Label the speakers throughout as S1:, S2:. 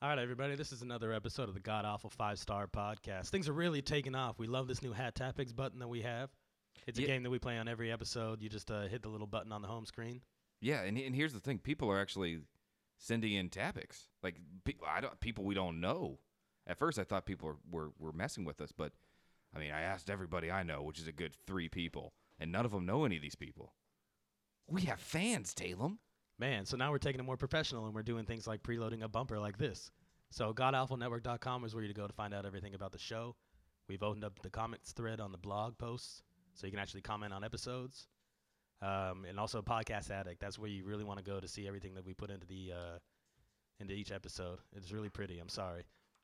S1: All right, everybody, this is another episode of the God Awful Five Star Podcast. Things are really taking off. We love this new Hat Topics button that we have. It's a
S2: Yeah.
S1: game that we play on every episode. You just uh, hit the little button on the home screen.
S2: Yeah, and and here's the thing: people are actually sending in topics, like people I don't people we don't know. At first, I thought people were, were were messing with us, but I mean, I asked everybody I know, which is a good three people, and none of them know any of these people. We have fans, Talem.
S1: Man, so now we're taking it more professional and we're doing things like preloading a bumper like this. So godalphanetwork.com is where you go to find out everything about the show. We've opened up the comments thread on the blog posts so you can actually comment on episodes. Um, and also Podcast Addict. That's where you really want to go to see everything that we put into the uh, into each episode. It's really pretty. I'm sorry.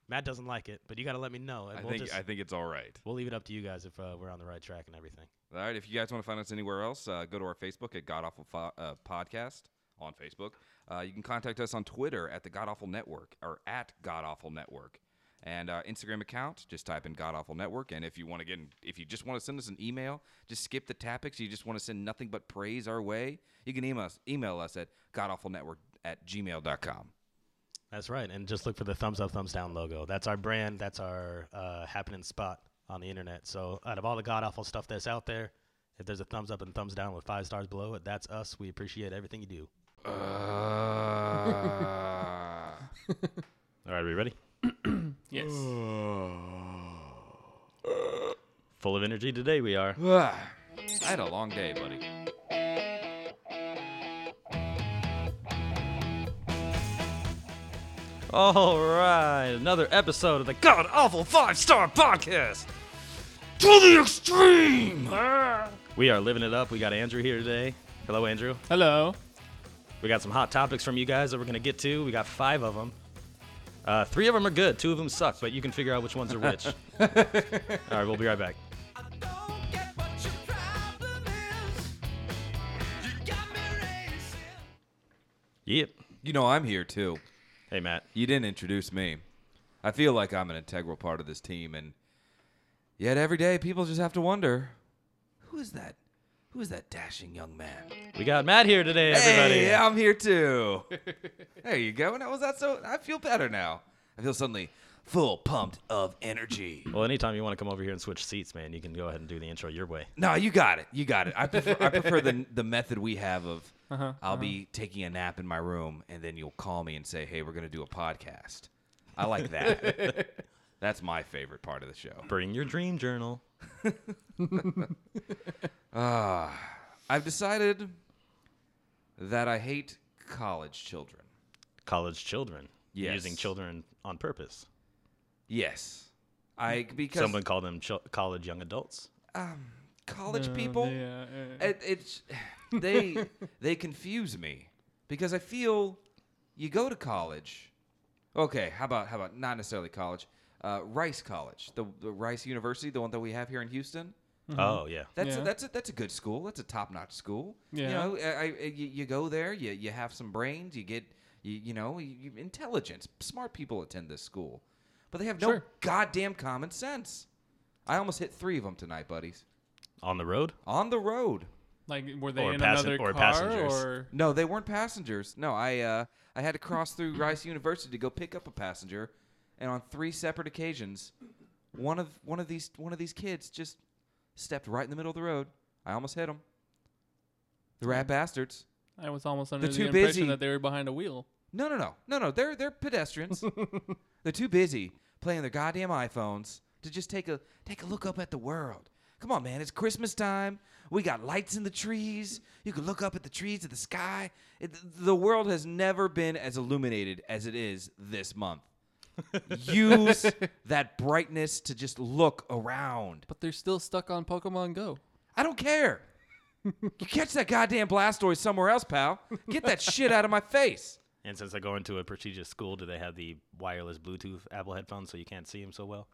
S1: Matt doesn't like it, but you got to let me know. And
S2: I
S1: we'll
S2: think
S1: just,
S2: I think it's all right.
S1: we'll leave it up to you guys if uh, we're on the right track and everything.
S2: All right, if you guys want to find us anywhere else, uh, go to our Facebook at God Awful Fo- uh, Podcast on Facebook. Uh, you can contact us on Twitter at the God Awful Network or at God Awful Network. And our Instagram account, just type in God Awful Network. And if you want to get, in, if you just want to send us an email, just skip the topics. You just want to send nothing but praise our way. You can email us, email us at Network at gmail.com.
S1: That's right. And just look for the thumbs up, thumbs down logo. That's our brand. That's our uh, happening spot on the internet. So out of all the god awful stuff that's out there, if there's a thumbs up and thumbs down with five stars below it, that's us. We appreciate everything you do.
S2: Uh,
S1: All right, are we ready?
S2: yes.
S1: Full of energy today we are.
S2: Ah, I had a long day, buddy.
S1: All right, another episode of the god awful five star podcast.
S2: To the extreme!
S1: We are living it up. We got Andrew here today. Hello, Andrew.
S3: Hello.
S1: We got some hot topics from you guys that we're gonna get to. We got five of them. Uh, three of them are good. Two of them suck, but you can figure out which ones are which. All right, we'll be right back.
S4: don't get what your problem is. You got me racing.
S1: Yep.
S2: You know, I'm here too.
S1: Hey, Matt.
S2: You didn't introduce me. I feel like I'm an integral part of this team, and yet every day people just have to wonder who is that? Who is that dashing young man?
S1: We got Matt here today, everybody.
S2: Hey, I'm here too. there you go. Now, was that so? I feel better now. I feel suddenly full pumped of energy.
S1: Well, anytime you want to come over here and switch seats, man, you can go ahead and do the intro your way.
S2: No, you got it. You got it. I prefer, I prefer the the method we have of I'll be taking a nap in my room and then you'll call me and say, "Hey, we're going to do a podcast." I like that. That's my favorite part of the show.
S1: Bring your dream journal.
S2: Ah, I've decided that I hate college children.
S1: College children.
S2: Yes.
S1: Using children on purpose.
S2: Yes. I because
S1: Someone called them chil- college young adults.
S2: college
S3: Oh,
S2: people
S3: Uh, Yeah, uh, yeah.
S2: it, it's they they confuse me because I feel you go to college. Okay, how about how about not necessarily college, uh, Rice College, the, the Rice University, the one that we have here in Houston.
S1: Oh, yeah.
S2: That's a,
S3: Yeah.
S2: that's a, that's a good school. That's a top notch school.
S3: Yeah.
S2: You know, I, I, you, you go there, you, you have some brains, you get you, you know you, you- intelligence. Smart people attend this school, but they have no
S3: Sure.
S2: goddamn common sense. I almost hit three of them tonight, buddies.
S1: On the road?
S2: On the road.
S3: Like, were they
S1: Or
S3: in
S1: passen-
S3: another
S1: or
S3: car
S1: passengers.
S3: or?
S2: No, they weren't passengers. No, I uh, I had to cross through Rice University to go pick up a passenger, and on three separate occasions, one of one of these one of these kids just stepped right in the middle of the road. I almost hit him. The rat bastards.
S3: I was almost under the
S2: too
S3: impression
S2: busy.
S3: that they were behind a wheel.
S2: No, no, no, no, no. They're they're pedestrians. they're too busy playing their goddamn iPhones to just take a take a look up at the world. Come on, man! It's Christmas time. We got lights in the trees. You can look up at the trees at the sky. It, the world has never been as illuminated as it is this month. Use that brightness to just look around.
S3: But they're still stuck on Pokemon Go.
S2: I don't care. You catch that goddamn Blastoise somewhere else, pal. Get that shit out of my face.
S1: And since I go into a prestigious school, do they have the wireless Bluetooth Apple headphones so you can't see them so well?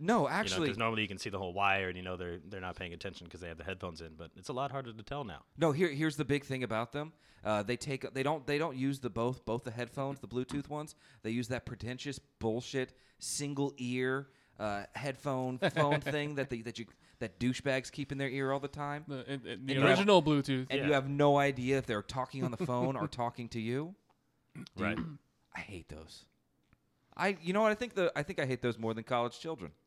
S2: No,
S1: You know,
S2: actually,
S1: 'cause normally you can see the whole wire and you know they're they're not paying attention because they have the headphones in, but it's a lot harder to tell now.
S2: No, here here's the big thing about them. Uh, they take they don't they don't use the both both the headphones, the Bluetooth ones. They use that pretentious bullshit single ear uh, headphone phone thing that they, that you that douchebags keep in their ear all the time,
S3: The, it- it- the
S2: you have-
S3: original Bluetooth.
S2: and
S1: Yeah.
S2: you have no idea if they're talking on the phone or talking to you.
S1: Right.
S2: I hate those. I you know what I think the I think I hate those more than college children.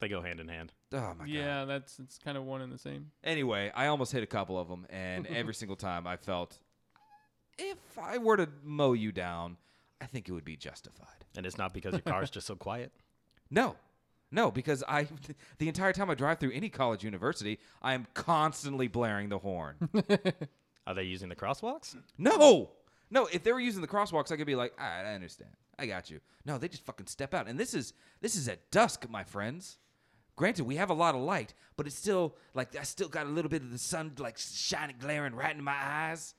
S1: They go hand in hand.
S2: Oh my god.
S3: yeah, that's it's kind of one and the same.
S2: Anyway, I almost hit a couple of them, and every single time I felt, if I were to mow you down, I think it would be justified.
S1: And it's not because your car's just so quiet.
S2: No, no, because I the entire time I drive through any college university, I am constantly blaring the horn.
S1: Are they using the crosswalks?
S2: no, no. If they were using the crosswalks, I could be like, all right, I understand, I got you. No, they just fucking step out, and this is this is at dusk, my friends. Granted, we have a lot of light, but it's still like I still got a little bit of the sun like shining, glaring right in my eyes.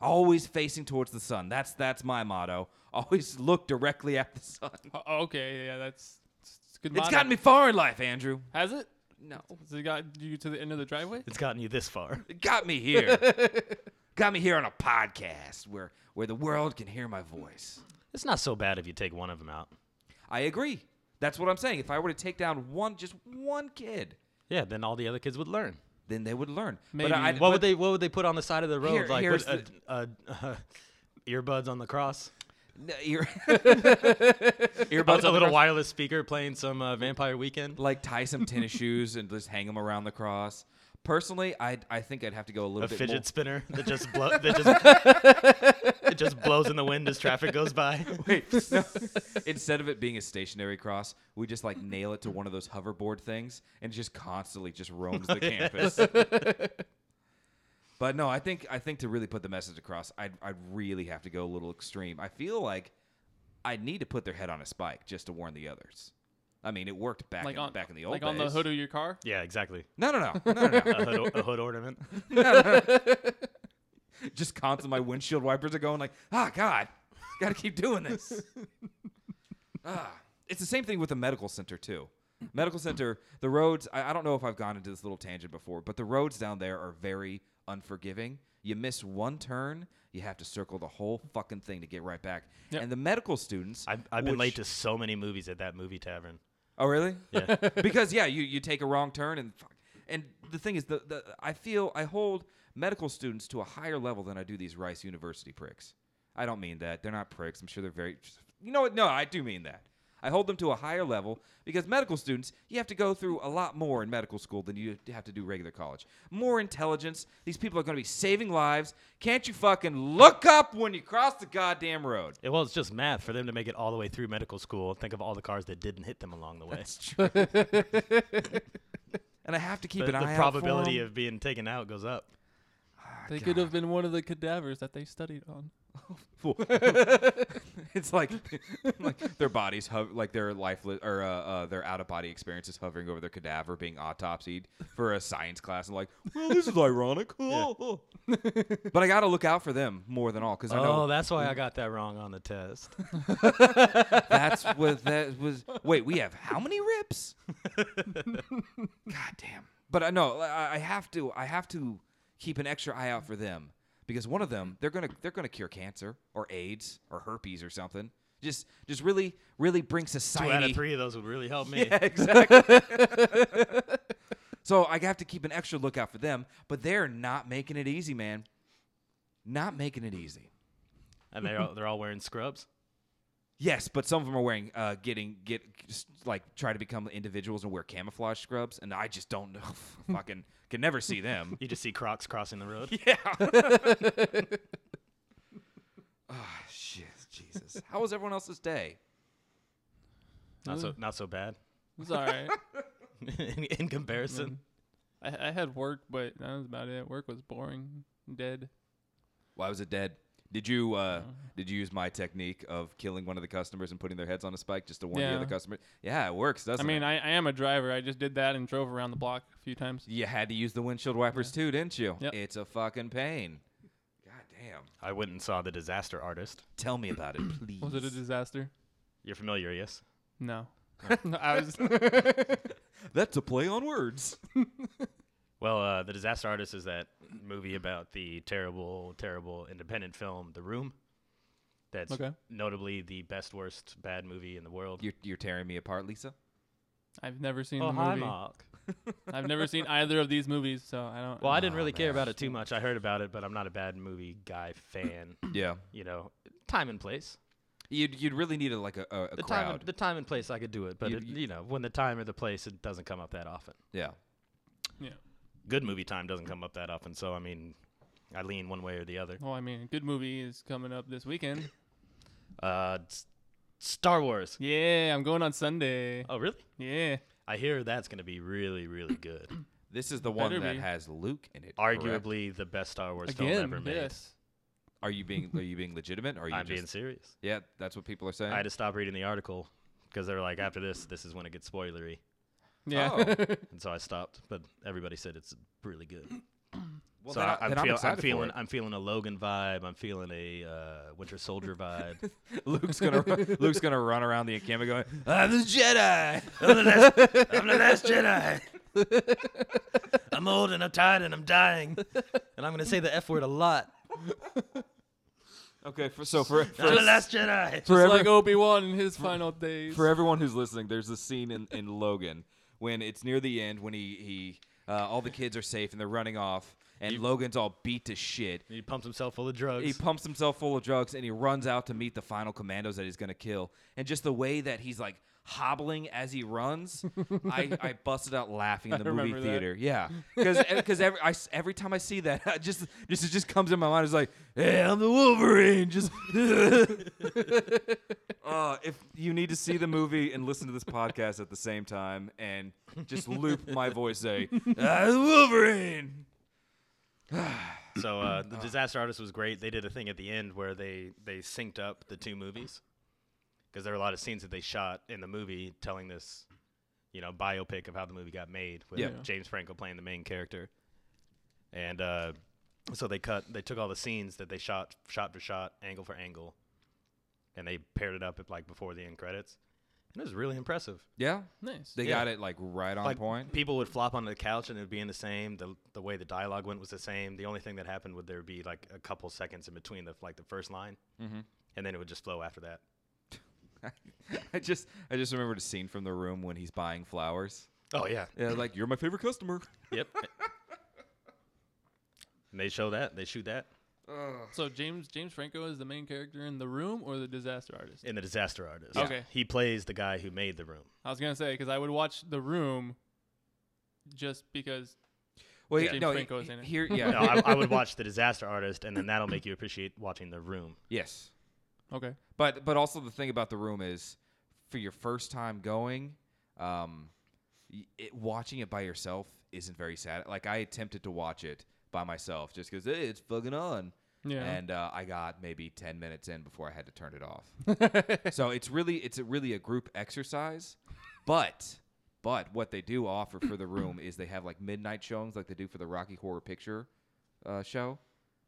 S2: Always facing towards the sun. That's that's my motto. Always look directly at the sun.
S3: O- Oh, okay, yeah, that's it's it's a good.
S2: It's
S3: motto.
S2: gotten me far in life, Andrew.
S3: Has it?
S2: No.
S3: Has it got you to the end of the driveway?
S1: It's gotten you this far.
S2: It got me here. got me here on a podcast where where the world can hear my voice.
S1: It's not so bad if you take one of them out.
S2: I agree. That's what I'm saying. If I were to take down one just one kid,
S1: Yeah, then all the other kids would learn.
S2: then they would learn.
S3: Maybe.
S2: But I,
S1: What would they What would they put on the side of the road?
S2: Here-
S1: like
S2: here's
S1: put a, a, earbuds on the cross.
S2: No, ear-
S1: A,
S2: earbuds
S1: a
S2: on the
S1: little
S2: cross,
S1: wireless speaker playing some uh, Vampire Weekend.
S2: like tie some tennis shoes and just hang them around the cross. Personally, I I think I'd have to go a little
S1: A
S2: bit
S1: fidget
S2: more.
S1: spinner that just blow that just it just blows in the wind as traffic goes by.
S2: Wait, no. instead of it being a stationary cross, we just like nail it to one of those hoverboard things and it just constantly just roams the campus. but no, I think I think to really put the message across, I'd I'd really have to go a little extreme. I feel like I'd need to put their head on a spike just to warn the others. I mean, it worked back
S3: like
S2: in,
S3: on
S2: back in the old
S3: like
S2: days.
S3: on the hood of your car.
S1: Yeah, exactly.
S2: No, no, no, no, no, no.
S1: A hood, a hood ornament.
S2: just constantly my windshield wipers are going like, ah, God, got to keep doing this. ah, it's the same thing with the medical center too. Medical center, the roads. I, I don't know if I've gone into this little tangent before, but the roads down there are very unforgiving. You miss one turn, you have to circle the whole fucking thing to get right back.
S3: Yep.
S2: And the medical students,
S1: I've, I've been late
S2: which-
S1: to so many movies at that movie tavern.
S2: Oh, really?
S1: Yeah.
S2: because yeah, you you take a wrong turn and fuck. And the thing is, the, the I feel I hold medical students to a higher level than I do these Rice University pricks. I don't mean that. They're not pricks. I'm sure they're very. You know what? No, I do mean that. I hold them to a higher level because medical students, you have to go through a lot more in medical school than you have to do regular college. More intelligence. These people are going to be saving lives. Can't you fucking look up when you cross the goddamn road?
S1: Yeah, well, it's just math for them to make it all the way through medical school. Think of all the cars that didn't hit them along the way.
S2: That's true. and I have to keep
S1: The,
S2: an
S1: the
S2: eye out for
S1: probability
S2: 'em.
S1: of being taken out goes up.
S3: They could have been one of the cadavers that they studied on.
S2: Fool. it's like, like their bodies, hov- like their lifeless or uh, uh, their out of body experiences hovering over their cadaver, being autopsied for a science class, and like, well, this is ironic. but I got to look out for them more than all because I
S1: Oh,
S2: know Mm.
S1: that's why I got that wrong on the test.
S2: that's what that was. Wait, we have how many ribs? God damn! But uh, I know I, I have to. I have to keep an extra eye out for them because one of them they're gonna they're gonna cure cancer or AIDS or herpes or something. Just just really really bring
S1: Two
S2: society.
S1: out of three of those would really help me.
S2: Yeah, exactly. so I have to keep an extra lookout for them, but they're not making it easy, man. Not making it easy.
S1: And they're all, they're all wearing scrubs.
S2: Yes, but some of them are wearing uh, getting get just, like try to become individuals and wear camouflage scrubs, and I just don't know. Fucking can never see them.
S1: You just see Crocs crossing the road.
S2: yeah. oh shit, Jesus! How was everyone else's day?
S1: Not so not so bad
S3: It's all right.
S1: in, in comparison.
S3: I, I had work, but that was about it. Work was boring, dead.
S2: Why was it dead? Did you uh, did you use my technique of killing one of the customers and putting their heads on a spike just to warn the
S3: Yeah.
S2: other customer? Yeah, it works,
S3: I
S2: doesn't
S3: mean,
S2: it?
S3: I, I am a driver. I just did that and drove around the block a few times.
S2: you had to use the windshield wipers too, didn't you?
S3: Yep.
S2: It's a fucking pain. God damn.
S1: I went and saw the Disaster Artist.
S2: Tell me about it, please.
S3: Was it a disaster?
S1: You're familiar, yes?
S3: No. I was
S2: That's a play on words.
S1: Well, uh, the Disaster Artist is that movie about the terrible, terrible independent film, The Room. That's
S3: Okay.
S1: notably the best, worst, bad movie in the world.
S2: You're, you're tearing me apart, Lisa.
S3: I've never seen
S1: oh,
S3: the
S1: hi,
S3: movie.
S1: Mark.
S3: I've never seen either of these movies, so I don't
S1: Well, I
S3: don't-
S1: didn't really care about it too much. I heard about it, but I'm not a bad movie guy fan.
S2: Yeah.
S1: you know, time and place.
S2: You'd you'd really need a, like a, a, a
S1: the time,
S2: crowd.
S1: and, the time and place I could do it, but
S2: You-
S1: it,
S2: you-
S1: you know, when the time or the place, it doesn't come up that often.
S2: yeah.
S3: Yeah.
S1: Good movie time doesn't come up that often, so I mean, I lean one way or the other.
S3: Well, I mean, a good movie is coming up this weekend.
S1: Uh, s- Star Wars.
S3: Yeah, I'm going on Sunday.
S1: Oh, really?
S3: Yeah.
S1: I hear that's going to be really, really good.
S2: This is the one
S3: Better
S2: that
S3: be.
S2: has Luke in it. correct?
S1: Arguably the best Star Wars
S3: Again,
S1: film ever made.
S3: yes.
S2: Are you being are you being legitimate? Or are you
S1: I'm
S2: just
S1: being serious.
S2: yeah? That's what people are saying.
S1: I had to stop reading the article because they were like, after this, this is when it gets spoilery,
S3: Yeah.
S2: Oh.
S1: and so I stopped. But everybody said it's really good.
S2: well,
S1: so
S2: then,
S1: I,
S2: I,
S1: am
S2: then I'm
S1: feel,
S2: excited
S1: I'm feeling
S2: for
S1: I'm feeling a Logan vibe. I'm feeling a uh, Winter Soldier vibe.
S2: it. Luke's gonna ru- Luke's gonna run around the encampment going,
S1: "Ah,
S2: "I'm the Jedi."
S1: I'm the last, I'm the last Jedi. I'm old and I'm tired and I'm dying, and I'm gonna say the f word a lot.
S2: okay, for, so for
S1: I'm the last Jedi.
S2: for
S3: It's like Obi Wan in his final days.
S2: for everyone who's listening, there's a scene in, in Logan when it's near the end when he he uh, all the kids are safe and they're running off and Logan's all beat to shit.
S1: He pumps himself full of drugs.
S2: He pumps himself full of drugs and he runs out to meet the final commandos that he's gonna kill. And just the way that he's like hobbling as he runs, I, I busted out laughing in the movie
S3: remember that.
S2: theater. Yeah, because every I s every time I see that, I just this it just comes in my mind. It's like, hey, I'm the Wolverine. Just uh, if you need to see the movie and listen to this podcast at the same time and just loop my voice say, "I'm the Wolverine.
S1: So uh, the Disaster Artist was great. They did a thing at the end where they they synced up the two movies because there were a lot of scenes that they shot in the movie telling this, you know, biopic of how the movie got made with
S2: Yeah.
S1: James Franco playing the main character, and uh, so they cut they took all the scenes that they shot shot for shot, angle for angle, and they paired it up at, like before the end credits, and it was really impressive.
S2: Yeah,
S3: nice.
S2: they
S1: Yeah.
S2: got it like right on
S1: Like
S2: point.
S1: people would flop onto the couch and it would be in the same. The the way the dialogue went was the same. The only thing that happened would there be like a couple seconds in between the like the first line,
S2: Mm-hmm.
S1: and then it would just flow after that.
S2: I just I just remembered a scene from the room when he's buying flowers.
S1: Oh yeah.
S2: Yeah, like you're my favorite customer.
S1: yep. And they show that they shoot that
S3: So James James Franco is the main character in The Room or the Disaster Artist.
S1: in the Disaster Artist.
S3: Yeah. Okay.
S1: He plays the guy who made the room.
S3: I was gonna say because I would watch The Room, just because.
S2: Well,
S3: Yeah.
S2: he-
S3: James
S2: no, he-
S3: Franco's in it.
S2: here, yeah,
S1: No, I, I would watch the Disaster Artist, and then that'll make you appreciate watching the room.
S2: yes.
S3: Okay.
S2: But but also the thing about the room is, for your first time going, um, y- it, watching it by yourself isn't very sad. Like I attempted to watch it by myself just because hey, it's fucking on.
S3: Yeah.
S2: And uh, I got maybe ten minutes in before I had to turn it off. so it's really it's a, really a group exercise, but but what they do offer for the room is they have like midnight showings like they do for the Rocky Horror Picture uh, Show.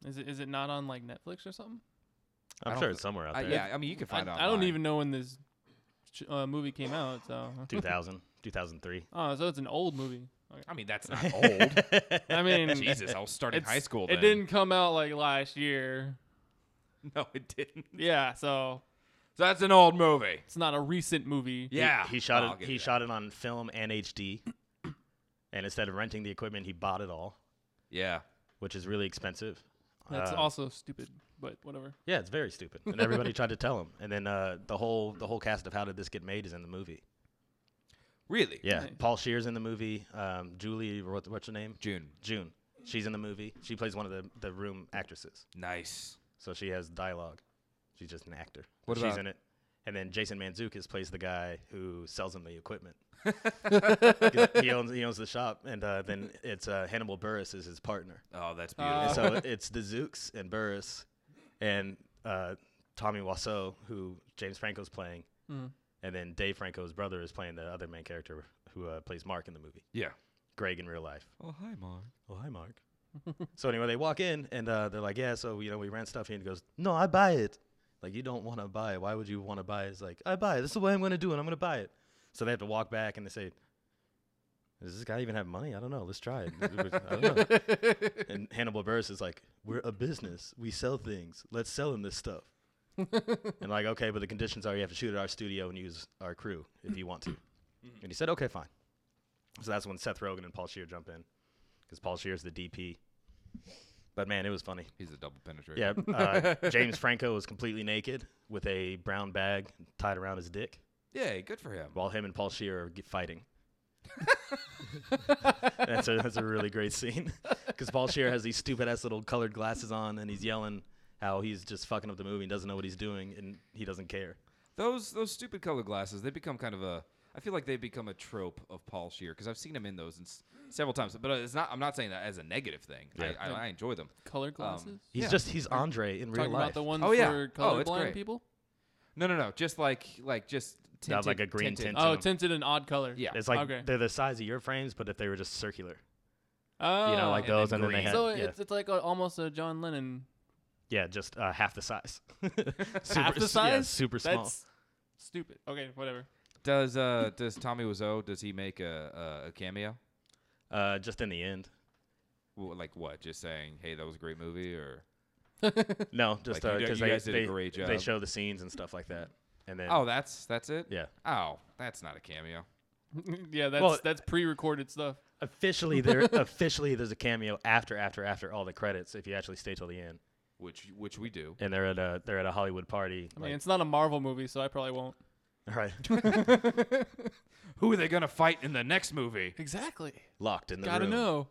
S3: Is it is it not on like Netflix or something?
S2: I
S1: I'm
S2: don't
S1: sure
S2: th-
S1: it's somewhere out
S2: I,
S1: there.
S2: yeah, I mean you can
S3: I,
S2: find out.
S3: I don't even know when this ch- uh, movie came out. So.
S1: 2000, 2003.
S3: Oh, so it's an old movie. Okay.
S2: I mean that's not old.
S3: I mean,
S2: Jesus, I was starting
S3: it's-
S2: high school.
S3: It didn't come out like last year.
S2: No, it didn't.
S3: Yeah, so
S2: So that's an old movie.
S3: it's not a recent movie.
S1: He-
S2: Yeah, Oh,
S1: he, shot
S2: I'll
S1: it.
S2: give
S1: He
S2: you that.
S1: shot it on film and HD. and instead of renting the equipment, he bought it all,
S2: Yeah.
S1: which is really expensive.
S3: That's
S1: Uh,
S3: also stupid, but whatever.
S1: Yeah, it's very stupid, and everybody tried to tell him. And then uh, the whole the whole cast of How Did This Get Made is in the movie.
S2: Really?
S1: Yeah,
S3: Nice.
S1: Paul Shear's in the movie. Um, Julie, what, what's her name?
S2: June.
S1: June. She's in the movie. She plays one of the the room actresses,
S2: Nice.
S1: so she has dialogue. She's just an actor.
S2: What
S1: She's
S2: about-
S1: in it. And then Jason Manzukis plays the guy who sells him the equipment. 'Cause he owns he owns the shop, and uh, then it's uh, Hannibal Burris is his partner.
S2: Oh, that's
S1: And
S2: beautiful.
S1: so it's the Zooks and Burris and uh, Tommy Wiseau, who James Franco's playing,
S2: Hmm.
S3: Mm.
S1: and then Dave Franco's brother is playing the other main character who uh, plays Mark in the movie,
S2: yeah.
S1: Greg in real life.
S2: Oh, hi, Mark.
S1: Oh, hi, Mark. so anyway, they walk in and uh, they're like, "Yeah, so you know, we rent stuff." here." And he goes, "No, I buy it." Like, you don't want to buy it. Why would you want to buy it? It's like, I buy it. This is what I'm going to do, and I'm going to buy it. So they have to walk back and they say, "Does this guy even have money? I don't know. Let's try it." I don't know. and Hannibal Burris is like, "We're a business. We sell things. Let's sell him this stuff." and like, okay, but the conditions are you have to shoot at our studio and use our crew if you want to. and he said, "Okay, fine." So that's when Seth Rogen and Paul Shear jump in because Paul Shear's the DP, But man, it was funny.
S2: He's a double penetrator.
S1: Yeah, uh, James Franco was completely naked with a brown bag tied around his dick,
S2: Yay, good for him.
S1: while him and Paul Shear are get fighting. that's a that's a really great scene because Paul Shear has these stupid ass little colored glasses on, and he's yelling how he's just fucking up the movie and doesn't know what he's doing, and he doesn't care.
S2: Those those stupid color glasses, they become kind of a. I feel like they become a trope of Paul Shear because I've seen him in those in s- several times. But uh, it's not. I'm not saying that as a negative thing.
S1: Yeah.
S2: I, I, I enjoy them.
S3: Color glasses.
S1: He's
S2: Yeah.
S1: just he's Andre in Um, real
S3: Talking
S1: life.
S3: about the ones
S2: Oh, yeah.
S3: for
S2: Oh, it's
S3: colorblind
S2: great.
S3: people.
S2: No, no, no. Just like like just
S1: Not
S2: tinted,
S1: like a green
S2: tinted.
S1: tint.
S3: Oh,
S1: them.
S3: tinted an odd color.
S2: Yeah.
S1: It's like
S3: Okay.
S1: they're the size of your frames, but if they were just circular,
S3: Oh.
S1: you know, like
S2: and then
S1: those, and then they
S2: green.
S1: had
S3: So
S1: yeah,
S3: it's it's like a, almost a John Lennon.
S1: yeah, just uh, half the size. super,
S3: Half the
S1: s-
S3: size.
S1: Yeah, super small.
S3: That's stupid. Okay, whatever.
S2: Does uh does Tommy Wiseau does he make a a, a cameo?
S1: Uh, just in the end.
S2: Wh- Like what? Just saying, hey, that was a great movie, or
S1: No, just
S2: Like, you
S1: uh,
S2: do-
S1: 'cause
S2: you
S1: they
S2: guys did a
S1: they,
S2: great
S1: they
S2: job.
S1: show the scenes and stuff like that, and then
S2: oh, that's that's it.
S1: yeah,
S2: Oh, that's not a cameo.
S3: yeah, that's
S1: Well-
S3: that's pre-recorded stuff.
S1: officially there officially there's a cameo after after after all the credits if you actually stay till the end,
S2: Which which we do.
S1: and they're at a they're at a Hollywood party.
S3: I
S1: like-
S3: mean, it's not a Marvel movie, so I probably won't.
S1: right,
S2: Who are they gonna fight in the next movie?
S3: Exactly.
S1: locked in the
S3: Gotta
S1: room.
S3: know.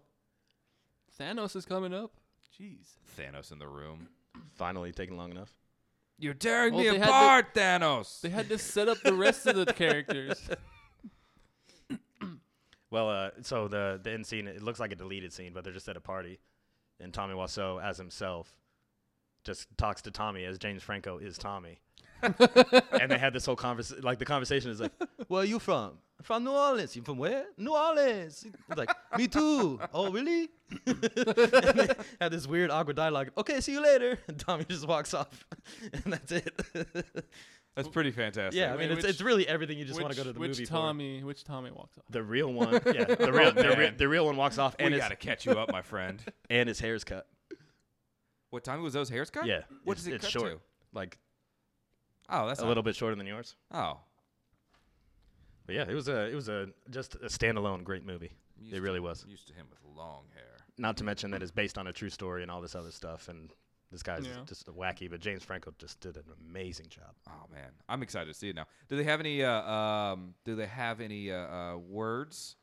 S3: Thanos is coming up. Jeez.
S2: Thanos in the room.
S1: Finally taking long enough.
S2: You're tearing
S3: Well,
S2: me
S3: they had the-
S2: apart, Thanos.
S3: They had to set up the rest of the characters.
S1: Well, uh, so the the end scene it looks like a deleted scene, but they're just at a party, and Tommy Wiseau as himself just talks to Tommy as James Franco is Tommy, and they had this whole conversation. Like the conversation is like, "Where are you from? From New Orleans? You from where? New Orleans? It's like me too. Oh, really? and they had this weird awkward dialogue. Okay, see you later. And Tommy just walks off, and that's it.
S2: That's pretty fantastic.
S1: yeah, I mean,
S3: Wait,
S1: it's,
S3: which-
S1: it's really everything you just
S3: which
S1: want to go to the
S3: which
S1: movie for.
S3: Tommy? Which Tommy walks off?
S1: The real one, yeah. The real, the, re-
S2: man.
S1: the real one walks off, and
S2: we
S1: it's,
S2: gotta catch you up, my friend.
S1: and his hair's cut.
S2: What Tommy was those hairs cut?
S1: Yeah,
S2: What
S1: it's-
S2: does it
S1: it's
S2: cut
S1: short.
S2: to?
S1: Like
S2: Oh, that's
S1: a
S2: not-
S1: little bit shorter than yours.
S2: Oh,
S1: But yeah, it was a it was a just a standalone great movie.
S2: I'm
S1: It
S2: used
S1: really
S2: to,
S1: was.
S2: I'm Used to him with long hair.
S1: Not to mention that it's based on a true story and all this other stuff. And this guy's
S3: Yeah.
S1: just wacky, but James Franco just did an amazing job.
S2: Oh man, I'm excited to see it now. Do they have any? Uh, um, do they have any uh, uh, words?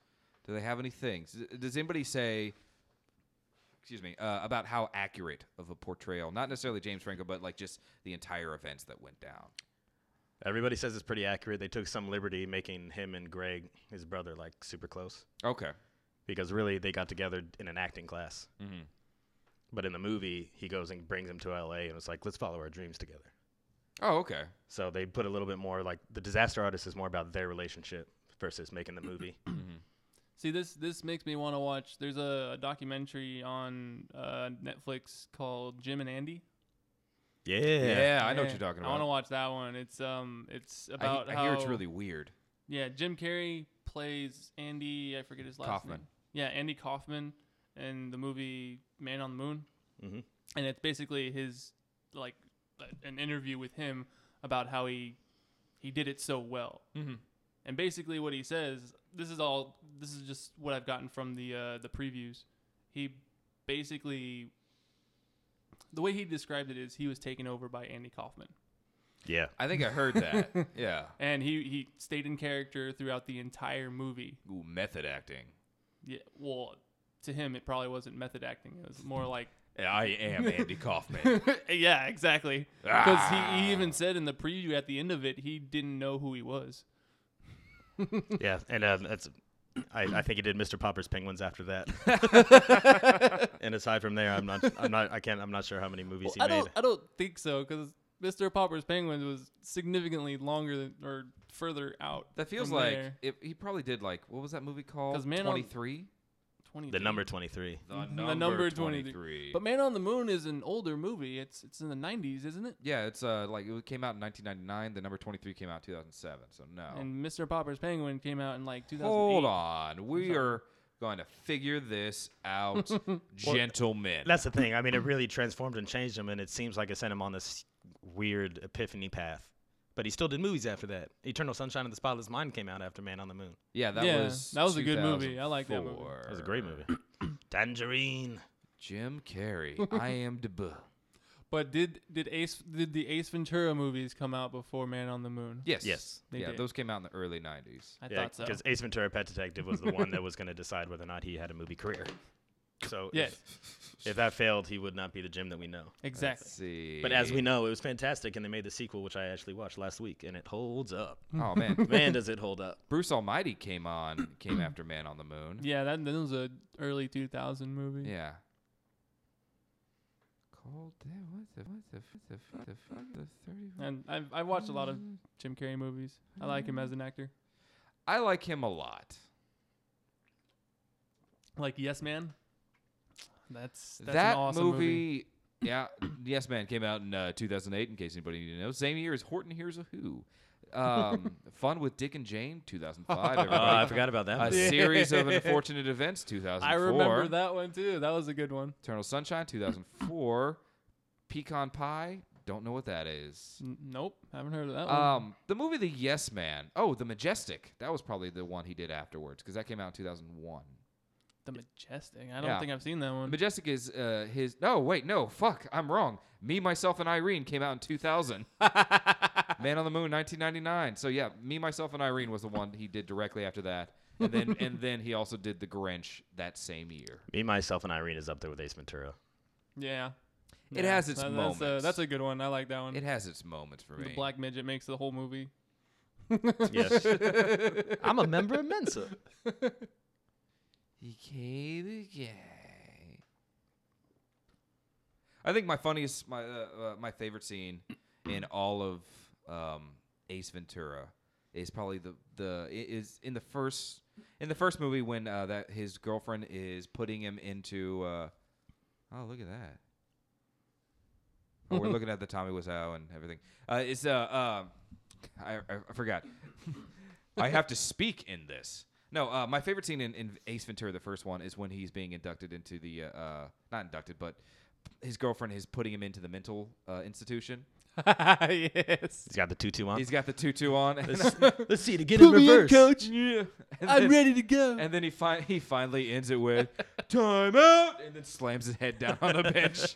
S2: Do they have any things? D- Does anybody say? Excuse me. Uh, about how accurate of a portrayal, not necessarily James Franco, but like just the entire events that went down.
S1: Everybody says it's pretty accurate. They took some liberty making him and Greg, his brother, like super close
S2: Okay.
S1: because really they got together in an acting class.
S2: Mhm.
S1: But in the movie, he goes and brings him to L.A. and it's like, let's follow our dreams together.
S2: Oh, okay.
S1: So they put a little bit more like the disaster artist is more about their relationship versus making the movie.
S3: See, this this makes me want to watch. There's a, a documentary on uh, Netflix called Jim and Andy.
S1: yeah.
S2: Yeah, I know what you're talking
S3: I want to
S2: about.
S3: watch that one. It's um, it's
S2: I,
S3: about
S2: he- I
S3: how
S2: hear it's really weird.
S3: yeah. Jim Carrey plays Andy. I forget his last
S2: Kaufman.
S3: name. Yeah, Andy Kaufman, in the movie Man on the Moon.
S1: Mm-hmm.
S3: and it's basically his like uh, an interview with him about how he he did it so well
S2: Mhm.
S3: and basically what he says this is all this is just what i've gotten from the uh, the previews he basically the way he described it is he was taken over by andy kaufman
S1: Yeah.
S2: I think I heard that. yeah.
S3: and he he stayed in character throughout the entire movie
S2: Ooh, method acting.
S3: yeah well to him it probably wasn't method acting it was more like
S2: I am Andy Kaufman.
S3: yeah, exactly. Because he, he even said in the preview at the end of it, he didn't know who he was.
S1: Yeah, and uh, that's I, I think he did Mr. Popper's Penguins after that. and aside from there, I'm not I'm not I can't I'm not sure how many movies
S3: I
S1: he made.
S3: don't, I don't think so, because Mr. Popper's Penguins was significantly longer than, or further out.
S2: That feels
S3: from
S2: like
S3: there.
S2: it, he probably did like what was that movie called?
S3: 'Cause Man on-
S2: Twenty Three.
S3: 20
S1: The number 23.
S2: The
S3: Mhm. The number 23. But Man on the Moon is an older movie. It's it's in the 90s, isn't it?
S2: yeah, it's uh like it came out in 1999. The number 23 came out in 2007. So no.
S3: And Mr. Popper's Penguin came out in like 2008.
S2: Oh. Hold on, we are going to figure this out, gentlemen.
S1: That's the thing. I mean, it really transformed and changed him, and it seems like it sent him on this weird epiphany path. But he still did movies after that. Eternal Sunshine of the Spotless Mind came out after Man on the Moon.
S2: yeah, that
S3: Yeah,
S2: was
S3: that was a good movie. I like that movie.
S2: 2004.
S1: That was a great movie. Tangerine.
S2: Jim Carrey. I am the buh.
S3: But did did Ace did the Ace Ventura movies come out before Man on the Moon?
S2: Yes.
S1: Yes.
S3: They
S2: yeah,
S3: did.
S2: those came out in the early 90s.
S3: I
S1: yeah,
S3: thought so.
S1: because Ace Ventura: Pet Detective was the one that was going to decide whether or not he had a movie career. So
S3: Yeah,
S1: if, if that failed, he would not be the Jim that we know.
S3: exactly.
S2: Let's see.
S1: But as we know, it was fantastic, and they made the sequel, which I actually watched last week, and it holds up.
S2: Oh, man.
S1: Man, does it hold up!
S2: Bruce Almighty came on, came after Man on the Moon.
S3: Yeah, that, that was a early 2000 movie.
S2: Yeah. Cold damn, what the, what the, what the, fuck, the fuck, the 31.
S3: And I've, I've watched a lot of Jim Carrey movies. I like him as an actor.
S2: I like him a lot.
S3: Like Yes Man. That's, that's
S2: that
S3: an awesome
S2: movie,
S3: movie.
S2: yeah, Yes Man came out in uh, 2008. In case anybody needed to know, same year as Horton Hears a Who, um, Fun with Dick and Jane, 2005.
S1: Oh, I
S2: Everybody.
S1: forgot about that.
S2: a
S1: movie.
S2: series of unfortunate events, 2004.
S3: I remember that one too. That was a good one.
S2: Eternal Sunshine, 2004. Pecan Pie, don't know what that is.
S3: N- nope, haven't heard of that one.
S2: Um, the movie The Yes Man. Oh, The Majestic. That was probably the one he did afterwards because that came out in 2001.
S3: The Majestic. I don't
S2: yeah.
S3: think I've seen that
S2: The
S3: one.
S2: Majestic is uh, his. No, wait, no, fuck, I'm wrong. Me, myself, and Irene came out in 2000. Man on the Moon, 1999. So yeah, Me, myself, and Irene was the one he did directly after that, and then and then he also did The Grinch that same year.
S1: Me, myself, and Irene is up there with Ace Ventura.
S3: yeah.
S2: It
S3: Yeah,
S2: has its
S3: that's a,
S2: moments.
S3: that's a good one. I like that one.
S2: It has its moments for
S3: the
S2: me.
S3: black midget makes the whole movie.
S1: Yes, I'm a member of Mensa.
S2: He came again. I think my funniest, my uh, uh, my favorite scene in all of um, Ace Ventura is probably the the i- is in the first in the first movie when uh, that his girlfriend is putting him into. Uh, oh, look at that! Oh, we're looking at the Tommy Wiseau and everything. Uh, it's uh, uh I, I I forgot. I have to speak in this. No, uh, my favorite scene in, in Ace Ventura, the first one, is when he's being inducted into the uh, uh, not inducted, but his girlfriend is putting him into the mental uh, institution.
S3: yes.
S1: He's got the tutu on.
S2: He's got the tutu on. And,
S1: Let's, let's see to get in reverse.
S2: then,
S3: ready to go.
S2: and then he fi- he finally ends it with time out, and then slams his head down on the bench.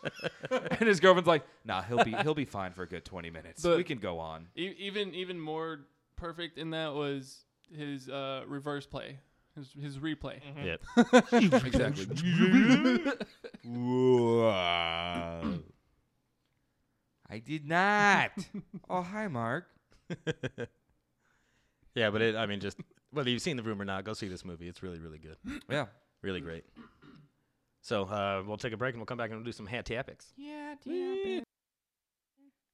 S2: and his girlfriend's like, "Nah, he'll be he'll be fine for a good twenty minutes.
S3: The-
S2: we can go on."
S3: E- even even more perfect in that was his uh, reverse play, his, his replay.
S2: Mm-hmm.
S1: Yep.
S2: Exactly. I did not. oh, hi, Mark.
S1: Yeah, but it, I mean, just whether you've seen the room or not, go see this movie. It's really, really good.
S2: Yeah.
S1: Really great. So uh, we'll take a break and we'll come back and we'll do some hat topics.
S2: Yeah, dear.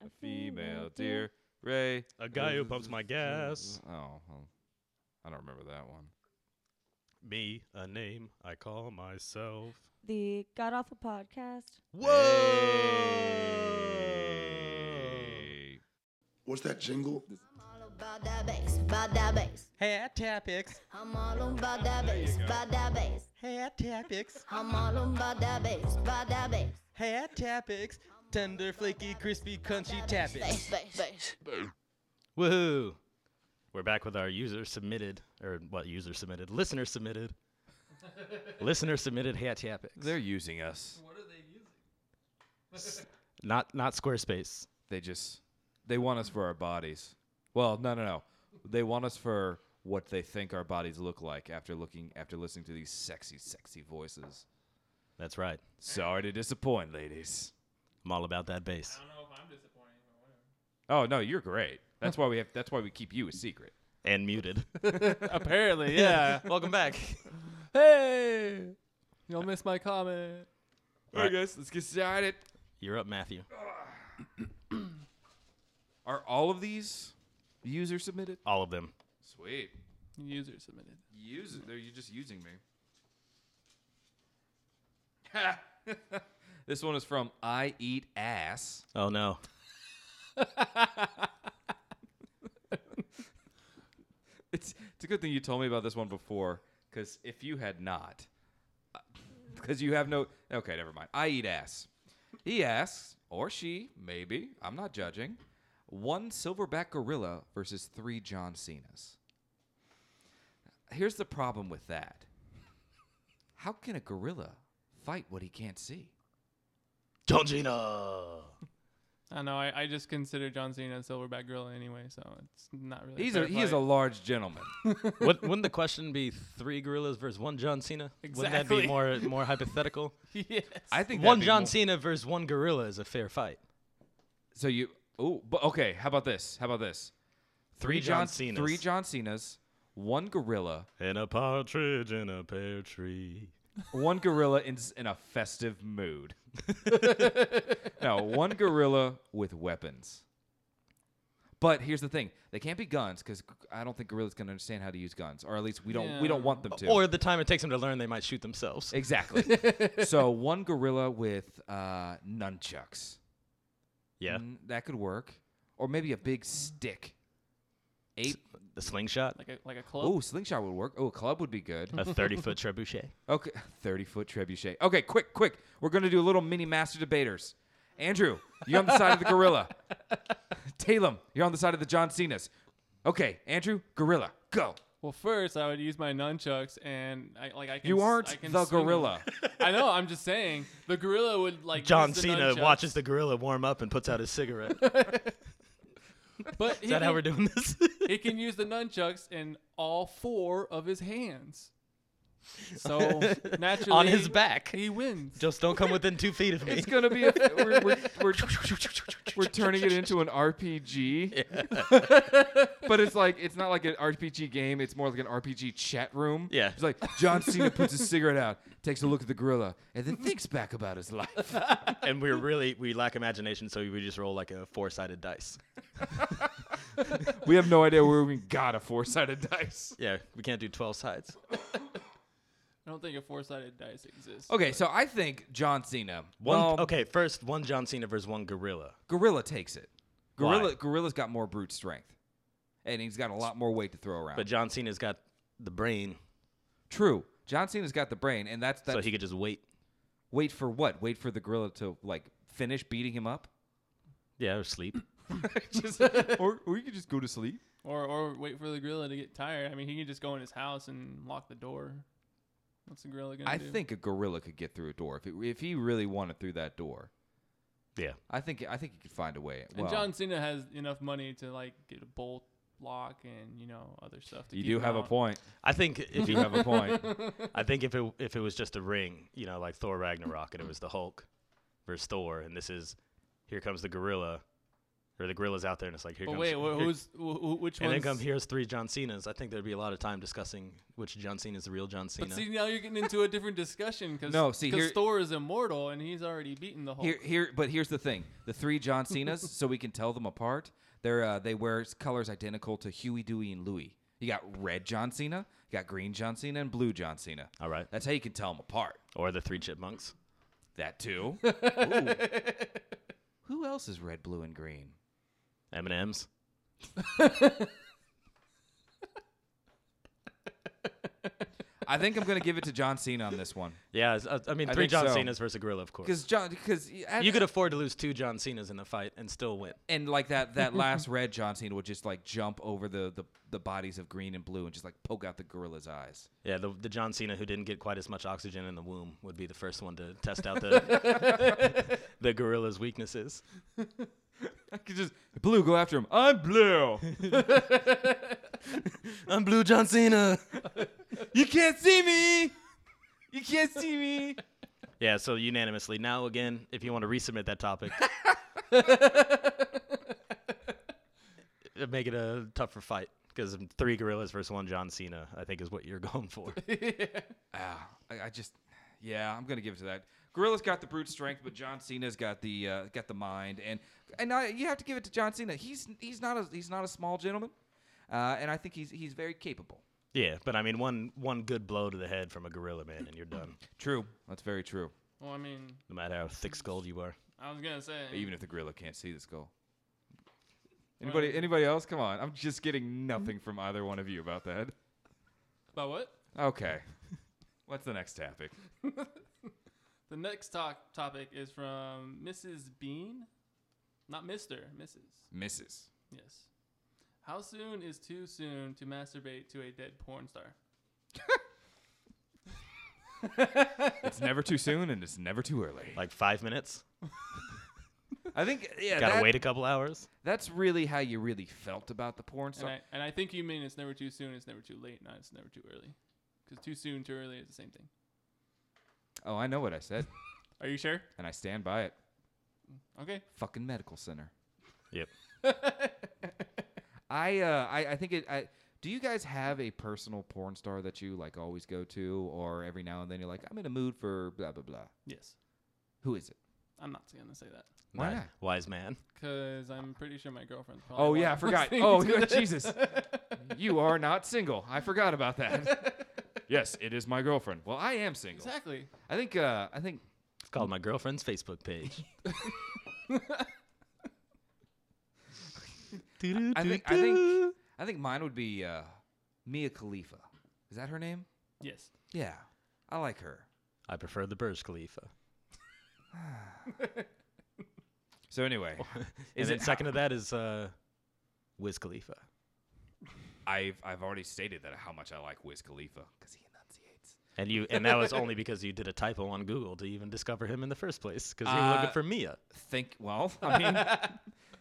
S2: A female deer. Ray.
S5: A guy who pumps my gas.
S2: Oh, well, I don't remember that one.
S5: Me, a name I call myself.
S6: The God Awful Podcast.
S2: Whoa!
S7: What's that jingle?
S8: all about that bass, about that bass.
S5: Hat topics.
S8: I'm all about that bass, about that bass.
S5: Hat topics.
S8: I'm all about that bass, about that bass.
S5: Hat topics. Tender, flaky, crispy, crunchy topics.
S8: Bass, bass, bass.
S1: Woohoo! We're back with our user submitted, or what user submitted? Listener submitted. Listener submitted hat topics.
S2: They're using us.
S1: not not Squarespace.
S2: They just, they want us for our bodies. Well, no, no, no. They want us for what they think our bodies look like after looking, after listening to these sexy, sexy voices.
S1: That's right.
S2: Sorry to disappoint, ladies.
S1: I'm all about that bass.
S2: Oh no, you're great. That's why we have. That's why we keep you a secret.
S1: And muted.
S3: Apparently, yeah.
S1: Welcome back.
S3: hey, you'll miss my comment.
S2: All right, guys, let's get started.
S1: You're up, Matthew.
S2: Are all of these user submitted?
S1: All of them.
S2: Sweet.
S3: User submitted.
S2: User, they're you just using me. this one is from I Eat Ass.
S1: Oh no.
S2: It's it's a good thing you told me about this one before, because if you had not, because you have no. Okay, never mind. I eat ass. He asks, or she, maybe. I'm not judging. One silverback gorilla versus three John Cenas. Here's the problem with that. How can a gorilla fight what he can't see.
S1: John Cena.
S3: I don't know. I, I just consider John Cena a silverback gorilla anyway, so it's not really.
S2: He's
S3: fair
S2: a, he is a
S3: fight.
S2: large gentleman.
S1: Would, wouldn't the question be three gorillas versus one John Cena? Wouldn't that
S3: Exactly.
S1: be more more hypothetical?
S3: yes.
S2: I think
S1: one
S2: that'd be
S1: John
S2: more-
S1: Cena versus one gorilla is a fair fight.
S2: So you oh, but okay. How about this? How about this?
S1: Three John
S2: Cenas,
S1: Cenas.
S2: Three John Cena's. One gorilla.
S1: And a partridge in a pear tree.
S2: One gorilla in, s- in a festive mood. no, one gorilla with weapons. But here's the thing: they can't be guns because I don't think gorillas can understand how to use guns, or at least we don't. We don't
S3: Yeah.
S2: want them to.
S1: Or the time it takes them to learn, they might shoot themselves.
S2: exactly. so one gorilla with uh, nunchucks.
S1: Yeah,
S2: Mm, that could work. Or maybe a big stick. Eight.
S1: the slingshot,
S3: like a like a club.
S2: Oh, slingshot would work. Oh, a club would be good.
S1: a thirty-foot trebuchet.
S2: Okay, thirty foot trebuchet. Okay, quick, quick. We're gonna do a little mini master debaters. Andrew, you're on the side of the gorilla. Talem, you're on the side of the John Cena's. Okay, Andrew, gorilla, go.
S3: Well, first I would use my nunchucks and I like I can.
S2: You
S3: s-
S2: aren't
S3: I can
S2: the
S3: swing 'em.
S2: gorilla.
S3: I know. I'm just saying the gorilla would like.
S1: John
S3: use the
S1: Cena
S3: nunchucks,
S1: watches the gorilla warm up and puts out his cigarette. Is
S3: But he
S1: that how
S3: can-
S1: we're doing this?
S3: He can use the nunchucks in all four of his hands. So naturally,
S1: On his back.
S3: he wins.
S1: Just don't come within two feet of me.
S2: It's gonna be a. We're, we're, we're, we're turning it into an RPG. but it's like it's not like an RPG game. It's more like an RPG chat room.
S1: Yeah.
S2: It's like John Cena puts his cigarette out, takes a look at the gorilla, and then thinks back about his life.
S1: and we're really we lack imagination, so we just roll like a four-sided dice.
S2: We have no idea where we got a four-sided dice.
S1: Yeah, we can't do twelve sides.
S3: I don't think a four-sided dice exists.
S2: Okay, so I think John Cena.
S1: One
S2: well,
S1: okay, first one John Cena versus one gorilla.
S2: Gorilla takes it. Gorilla,
S1: Why?
S2: Gorilla's got more brute strength, and he's got a lot more weight to throw around.
S1: But John Cena's got the brain,
S2: True, John Cena's got the brain, and that's that's
S1: so he could just wait.
S2: Wait for what? Wait for the gorilla to like finish beating him up?
S1: Yeah, or sleep.
S2: or or you could just go to sleep.
S3: Or or wait for the gorilla to get tired. I mean, he can just go in his house and lock the door. What's the gorilla gonna
S2: I
S3: do?
S2: think a gorilla could get through a door if it, if he really wanted through that door.
S1: yeah.
S2: I think I think he could find a way.
S3: And
S2: Well,
S3: John Cena has enough money to like get a bolt lock and you know other stuff. To
S2: you
S3: keep
S2: do
S3: him
S2: have a
S3: out.
S2: point.
S1: I think if
S2: You
S1: you
S2: have a point.
S1: I think if it if it was just a ring, you know, like Thor Ragnarok, and it was the Hulk versus Thor, and this is here comes the gorilla, or the gorilla's out there, and it's like here
S3: But
S1: comes
S3: wait, wh-
S1: here-
S3: who's wh- wh- which
S1: and
S3: one?
S1: then come here's three John Cenas. I think there'd be a lot of time discussing which John Cena is the real John Cena.
S3: But see, now you're getting into a different discussion because
S2: No, see, here-
S3: Thor is immortal and he's already beaten the Hulk.
S2: Here here but here's the thing. The three John Cenas so we can tell them apart. They're uh, they wear s- colors identical to Huey, Dewey and Louie. You got red John Cena, you got green John Cena and blue John Cena.
S1: All right,
S2: That's how you can tell them apart.
S1: or the three chipmunks.
S2: That too. Ooh. Who else is red, blue and green?
S1: M and M's.
S2: I think I'm gonna give it to John Cena on this one
S1: Yeah, it's- I, I mean
S2: I
S1: three
S2: think
S1: John
S2: so.
S1: Cenas versus a gorilla, of course.
S2: because John because
S1: You could afford to lose two John Cenas in the fight and still win.
S2: and like that that last red John Cena would just like jump over the, the the bodies of green and blue and just like poke out the gorilla's eyes.
S1: Yeah, the, the John Cena who didn't get quite as much oxygen in the womb would be the first one to test out the the gorilla's weaknesses.
S2: I could just blue go after him. I'm blue.
S1: I'm Blue John Cena.
S2: you can't see me. You can't see me.
S1: Yeah, so unanimously. Now again, if you want to resubmit that topic, it'd make it a tougher fight because three gorillas versus one John Cena, I think, is what you're going for.
S2: Ah, I, I just yeah, I'm gonna give it to that. Gorilla's got the brute strength, but John Cena's got the uh, got the mind, and and I, you have to give it to John Cena. He's he's not a he's not a small gentleman, uh, and I think he's he's very capable.
S1: yeah, but I mean, one one good blow to the head from a gorilla man, and you're done.
S2: True, that's very true.
S3: well, I mean,
S1: No matter how thick-skulled you are.
S3: I was gonna say
S2: Even if the gorilla can't see this goal. Anybody anybody else? Come on, I'm just getting nothing from either one of you about that.
S3: about what
S2: Okay, what's the next topic?
S3: the next talk topic is from Mrs. Bean, not Mister, Mrs.
S2: Misses.
S3: Yes. How soon is too soon to masturbate to a dead porn star?
S2: It's never too soon and it's never too early.
S1: Like five minutes.
S2: I think yeah,
S1: Gotta
S2: that-
S1: wait a couple hours.
S2: that's really how you really felt about the porn
S3: And
S2: star.
S3: I, and I think you mean it's never too soon, it's never too late, not it's never too early. Because too soon, too early is the same thing.
S2: oh, I know what I said,
S3: Are you sure?
S2: and I stand by it.
S3: Okay.
S2: Fucking medical center.
S1: Yep.
S2: I uh, I, I think it. I, do you guys have a personal porn star that you like always go to, or every now and then you're like, I'm in a mood for blah blah blah.
S3: Yes.
S2: Who is it?
S3: I'm not going to say that.
S2: Why
S1: Wise-
S2: not?
S1: Wise man.
S3: Because I'm pretty sure my girlfriend's probably.
S2: Oh yeah, I
S3: watching
S2: forgot.
S3: listening
S2: Oh
S3: to
S2: yeah,
S3: this.
S2: Jesus, you are not single. I forgot about that. yes, it is my girlfriend. Well, I am single.
S3: Exactly.
S2: I think. Uh, I think.
S1: It's called my girlfriend's Facebook page.
S2: I think. I think. I think mine would be uh, Mia Khalifa. Is that her name?
S3: Yes.
S2: Yeah, I like her.
S1: I prefer the Burj Khalifa.
S2: So anyway,
S1: and
S2: is
S1: then
S2: it
S1: second to that is uh, Wiz Khalifa.
S2: I've I've already stated that how much I like Wiz Khalifa because he enunciates.
S1: And you and that was only because you did a typo on Google to even discover him in the first place because you were
S2: Uh,
S1: looking for Mia.
S2: Think well. I mean,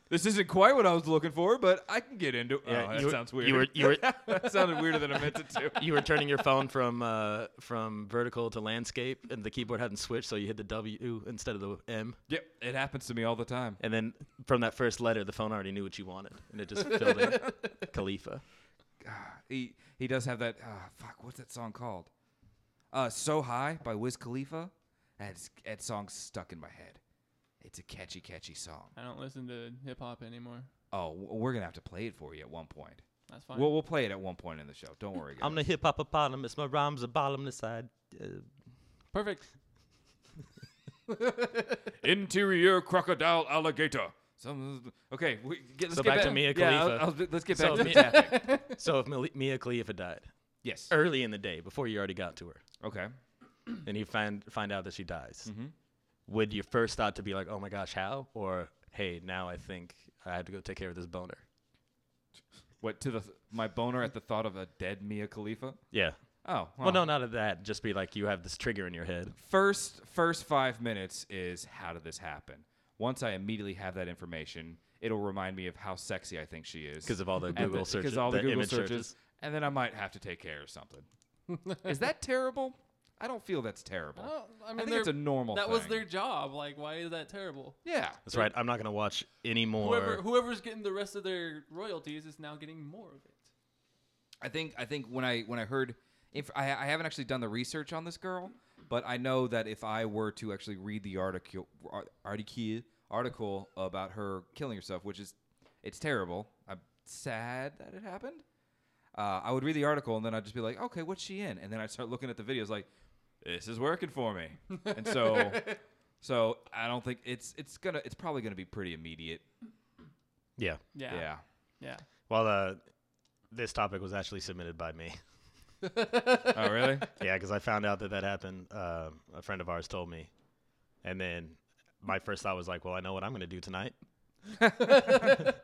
S2: this isn't quite what I was looking for, but I can get into.
S1: Yeah,
S2: oh, that
S1: you were-
S2: sounds weird.
S1: You were you were
S2: that sounded weirder than I meant it to.
S1: you were turning your phone from uh, from vertical to landscape, and the keyboard hadn't switched, so you hit the W instead of the M.
S2: Yep, it happens to me all the time.
S1: And then from that first letter, the phone already knew what you wanted, and it just filled in Khalifa.
S2: Ah, He he does have that. ah, fuck, what's that song called? Uh, "So High" by Wiz Khalifa. That s- that song's stuck in my head. It's a catchy, catchy song.
S3: I don't listen to hip hop anymore.
S2: Oh, w- we're gonna have to play it for you at one point.
S3: That's fine.
S2: Well, we'll play it at one point in the show. Don't worry. Guys.
S1: I'm the hip hop eponymous. My rhymes are bottomless. I uh,
S3: Perfect.
S2: interior crocodile alligator. Some okay. We, get, let's
S1: So
S2: get
S1: back to Mia
S2: Yeah,
S1: Khalifa.
S2: I was- I was- let's get back
S1: So
S2: to the
S1: Mia-
S2: topic.
S1: So if Mil- Mia Khalifa died
S2: Yes.
S1: early in the day, before you already got to her,
S2: Okay.
S1: and you find find out that she dies, would your first thought to be like, "Oh my gosh, how?" or "Hey, now I think I have to go take care of this boner."
S2: What to the th- my boner at the thought of a dead Mia Khalifa?
S1: Yeah.
S2: Oh
S1: Well, no, not of that. Just be like, you have this trigger in your head.
S2: first first five minutes is how did this happen? Once I immediately have that information, it'll remind me of how sexy I think she is
S1: 'Cause of all the
S2: And
S1: Google searches-
S2: Because all the,
S1: the
S2: Google
S1: image
S2: searches,
S1: searches.
S2: and then I might have to take care of something. is that terrible? I don't feel that's terrible.
S3: Well, Oh, I mean,
S2: think
S3: they're-
S2: it's a normal.
S3: That was
S2: thing.
S3: their job. Like, why is that terrible?
S2: yeah.
S1: That's right. I'm not gonna watch any more.
S3: Whoever whoever's getting the rest of their royalties is now getting more of it.
S2: I think I think when I when I heard if I, I haven't actually done the research on this girl, but I know that if I were to actually read the article ar- article article about her killing herself, which is it's terrible. I'm sad that it happened. Uh, I would read the article and then I'd just be like, okay, what's she in? And then I'd start looking at the videos like, this is working for me. and so, so I don't think it's it's gonna it's probably gonna be pretty immediate.
S1: Yeah.
S3: Yeah.
S2: Yeah.
S3: Yeah.
S1: Well, uh, this topic was actually submitted by me.
S2: oh really?
S1: yeah, because I found out that that happened. Um, a friend of ours told me, and then my first thought was like, "Well, I know what I'm going to do tonight." and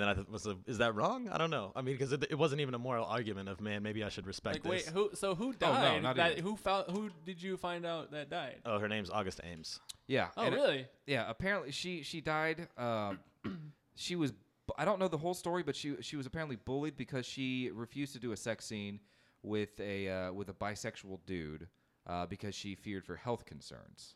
S1: then I th- was, like, "Is that wrong? I don't know. I mean, because it, it wasn't even a moral argument of man. Maybe I should respect
S3: Like, wait,
S1: this."
S3: who? So who died?
S2: Oh, not
S3: that,
S2: even.
S3: who found? Who did you find out that died?
S1: oh, her name's August Ames.
S2: Yeah.
S3: Oh,
S2: and-
S3: really?
S2: yeah apparently she she died um she was bu- i don't know the whole story but she she was apparently bullied because she refused to do a sex scene with a uh, with a bisexual dude uh, because she feared for health concerns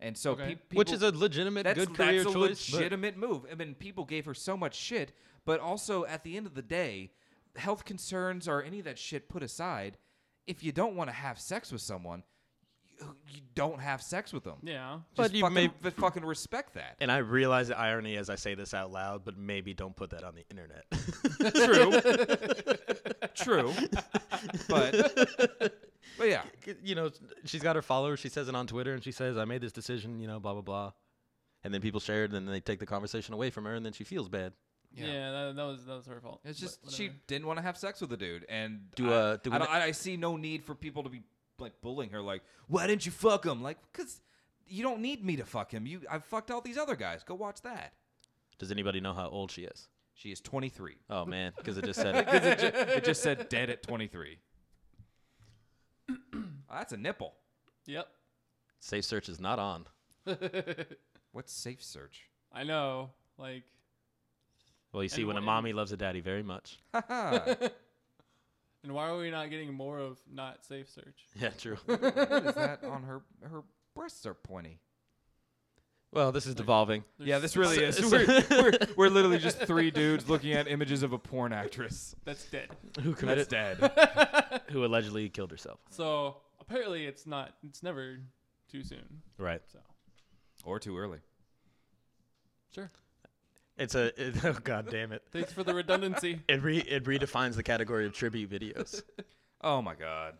S2: and so
S3: Okay.
S2: pe- people,
S1: Which is a legitimate
S2: that's,
S1: good career
S2: that's a
S1: choice. but-
S2: legitimate move i mean people gave her so much shit but also at the end of the day health concerns or any of that shit put aside if you don't want to have sex with someone you, you don't have sex with them
S3: Yeah.
S1: But
S2: just
S1: you
S2: fucking,
S1: may-
S2: but fucking respect that.
S1: and I realize the irony as I say this out loud, but maybe don't put that on the internet.
S2: True. True. But but yeah.
S1: you know, she's got her followers. She says it on Twitter, and she says, "I made this decision," you know, blah blah blah. And then people share it, and then they take the conversation away from her, and then she feels bad.
S2: Yeah.
S3: Yeah. that, that was that was her fault.
S2: It's
S3: but
S2: just she
S3: whatever.
S2: didn't want to have sex with the dude, and
S1: Do,
S2: I,
S1: uh, do
S2: I,
S1: we
S2: don't-
S1: kn-
S2: I, I see no need for people to be like bullying her, like why didn't you fuck him? Like because you don't need me to fuck him. You I've fucked all these other guys. Go watch that.
S1: Does anybody know how old she is?
S2: She is 23.
S1: Oh man, because it just said it.
S2: Because it, ju- it just said dead at 23. Well, that's a nipple.
S3: Yep.
S1: Safe search is not on.
S2: What's safe search?
S3: I know. Like,
S1: Well, you see,
S3: And
S1: when a
S3: what-
S1: mommy loves a daddy very much.
S2: Haha.
S3: and why are we not getting more of not safe search?
S1: Yeah, true.
S2: what is that on her? Her breasts are pointy.
S1: well, this is devolving.
S3: There's s-
S1: is. We're-
S2: we're literally just three dudes looking at images of a porn actress.
S3: That's dead.
S1: Who committed?
S2: dead.
S1: Who allegedly killed herself?
S3: So apparently, it's not. It's never too soon.
S1: Right.
S3: So
S2: or too early.
S3: sure.
S1: It's a. It, oh God damn it!
S3: Thanks for the redundancy.
S1: It re it redefines the category of tribute videos.
S2: Oh my god.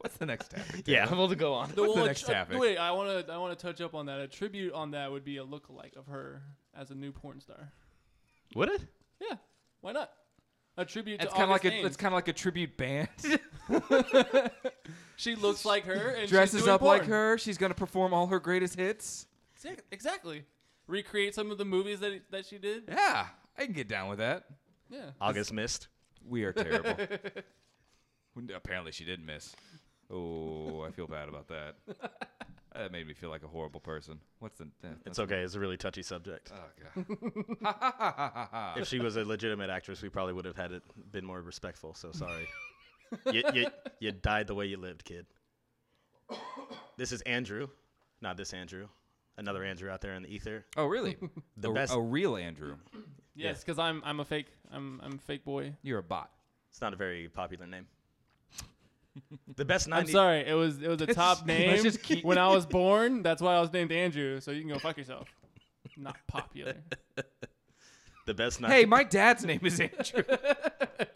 S2: What's the next topic?
S1: yeah, we'll go on.
S3: The,
S2: What's the
S3: a
S2: next
S3: tr- uh,
S2: topic?
S3: Wait, I want to. I want to touch up on that. A tribute on that would be a lookalike of her as a new porn star.
S1: Would it?
S3: Yeah. Why not? A tribute
S2: It's
S3: to
S2: kind of like a
S3: August
S2: it's
S3: Ames.
S2: kind of like a tribute band.
S3: She looks like her and she's
S2: Dresses
S3: doing
S2: up like
S3: porn.
S2: her. She's gonna perform all her greatest hits.
S3: Exac- Exactly. Recreate some of the movies that that she did.
S2: Yeah, I can get down with that.
S3: Yeah.
S1: August missed.
S2: We are terrible. Apparently, she did miss. Oh, I feel bad about that. That made me feel like a horrible person. What's the?
S1: It's okay. It's a really touchy subject.
S2: oh god.
S1: if she was a legitimate actress, we probably would have had it been more respectful. So sorry. you, you, you died the way you lived, kid. This is Andrew, not this Andrew. Another Andrew out there in the ether.
S2: oh really? The a,
S1: best-
S2: A real Andrew.
S3: Yes, because I'm I'm a fake I'm I'm a fake boy.
S2: You're a bot.
S1: It's not a very popular name. The best
S3: I'm
S1: 90
S3: sorry. It was it was a top name
S2: let's just keep-
S3: when I was born. That's why I was named Andrew. So you can go fuck yourself. Not popular.
S1: The best 90
S2: Hey, my dad's name is Andrew.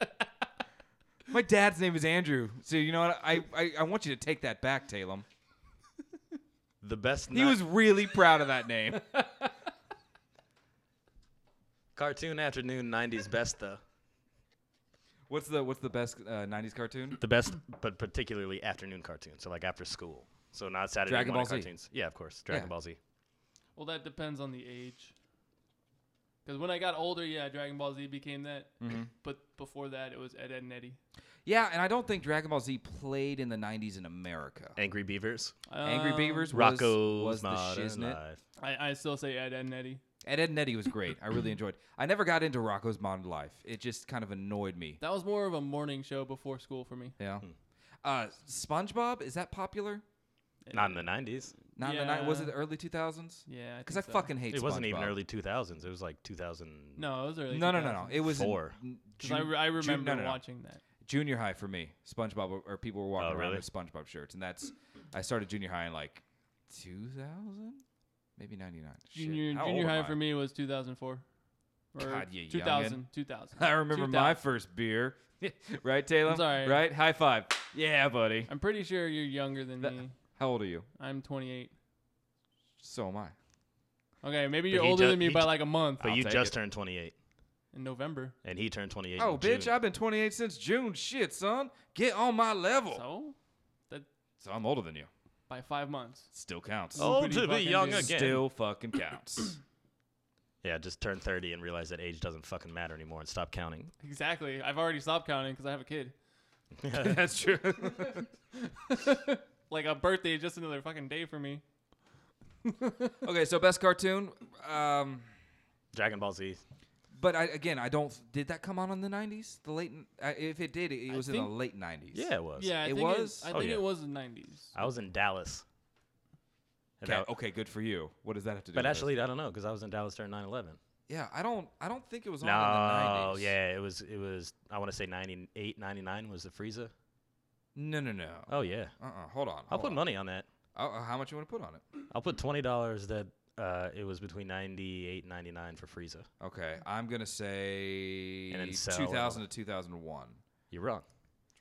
S2: my dad's name is Andrew. So you know what? I I, I want you to take that back, Talem.
S1: The best
S2: He was really proud of that name.
S1: cartoon afternoon 90s best though.
S2: What's the what's the best uh, '90s cartoon?
S1: The best, but particularly afternoon cartoons. So like after school. So not Saturday
S2: Dragon
S1: morning
S2: Ball Z.
S1: cartoons. Yeah, of course. Dragon
S2: Yeah.
S1: Ball Z.
S3: well, that depends on the age. Because when I got older, yeah, Dragon Ball Z became that.
S2: Mm-hmm.
S3: But before that, it was Ed, Ed and Eddie.
S2: Yeah, and I don't think Dragon Ball Z played in the '90s in America.
S1: Angry Beavers.
S2: Angry
S3: Um,
S2: Beavers was,
S1: Uh, Rocco's
S2: was the
S1: Modern
S2: shiznit.
S1: Life.
S3: I, I still say Ed, Ed and Eddie.
S2: Ed, Ed and Eddie was great. I really enjoyed. I never got into Rocco's Modern Life. It just kind of annoyed me.
S3: That was more of a morning show before school for me.
S1: Hmm.
S2: Yeah. Uh, SpongeBob is that popular?
S1: Not in the 90s.
S2: Not in the night. Was it
S3: Yeah.
S2: the early 2000s?
S3: Yeah,
S2: Because I,
S3: think so.
S2: fucking hate.
S1: It wasn't even
S2: SpongeBob.
S1: early 2000s. It was like 2000.
S3: No, it was early.
S2: No, no, no, no.
S3: 2000s.
S2: It was in
S1: Four.
S2: n-
S3: 'Cause I,
S2: ju-
S3: re- I
S2: ju-
S3: remember
S2: no, no, no.
S3: watching that.
S2: Junior high for me, SpongeBob, or, or people were walking
S1: Oh,
S2: around
S1: really?
S2: with SpongeBob shirts, and that's I started junior high in like 2000, maybe 99. Shit,
S3: Junior
S2: how
S3: junior
S2: old
S3: high
S2: am I?
S3: for me was 2004. Or
S2: God, you youngin'.
S3: 2000, 2000.
S2: I remember my
S3: 2000.
S2: first beer. right, Taylor?
S3: It's all right.
S2: Right? High five. Yeah, buddy.
S3: I'm pretty sure you're younger than
S2: That-
S3: me.
S2: How old are you?
S3: I'm 28.
S2: So am I.
S3: Okay, maybe
S1: But
S3: you're
S1: he
S3: older
S1: ju-
S3: than me
S1: he
S3: by
S1: ju-
S3: like a month.
S1: But
S2: I'll
S1: you
S2: take
S1: just
S2: it.
S1: turned 28,
S3: in November.
S1: and he turned 28.
S2: Oh,
S1: in
S2: bitch,
S1: June.
S2: I've been 28 since June. Shit, son. Get on my level. So,
S3: So, that
S2: I'm older than you.
S3: by 5 months.
S2: Still counts.
S1: Oh,
S3: Loopity
S1: to be
S3: fucking
S1: young
S3: dude.
S1: again.
S2: Still fucking counts.
S1: Yeah, just turned 30 and realized that age doesn't fucking matter anymore and stopped counting.
S3: Exactly. I've already stopped counting cuz I have a kid.
S2: That's true.
S3: Like a birthday is just another fucking day for me.
S2: okay, so best cartoon. Um,
S1: Dragon Ball Z.
S2: but I, again, I don't. Did that come out in the 90s? The late. Uh, if it did, it,
S3: I
S2: was in the
S3: think-
S2: late 90s.
S1: Yeah, it was.
S3: Yeah, I
S2: It
S3: think
S2: was?
S3: I
S1: Oh,
S3: think
S1: yeah. Uh,
S3: it was the 90s.
S1: I was in Dallas. And
S2: Okay,
S1: I-
S2: okay, good for you. What does that have to do?
S1: but
S2: with this?
S1: actually, I don't know because I was in Dallas during 9 11.
S2: yeah, I don't. I don't think it was on in
S1: No,
S2: the 90s.
S1: yeah, it was, it was, I want to say 98, 99 was the Frieza.
S2: No, no, no.
S1: Oh, yeah.
S2: Uh, uh Hold on.
S1: I'll
S2: hold
S1: put
S2: on.
S1: money on that.
S2: Uh, uh, how much you want to put on it?
S1: I'll put $20 that uh, it was between 98 99 for Frieza.
S2: Okay, I'm gonna say
S1: And then sell and all
S2: 2000 to 2001.
S1: You're wrong.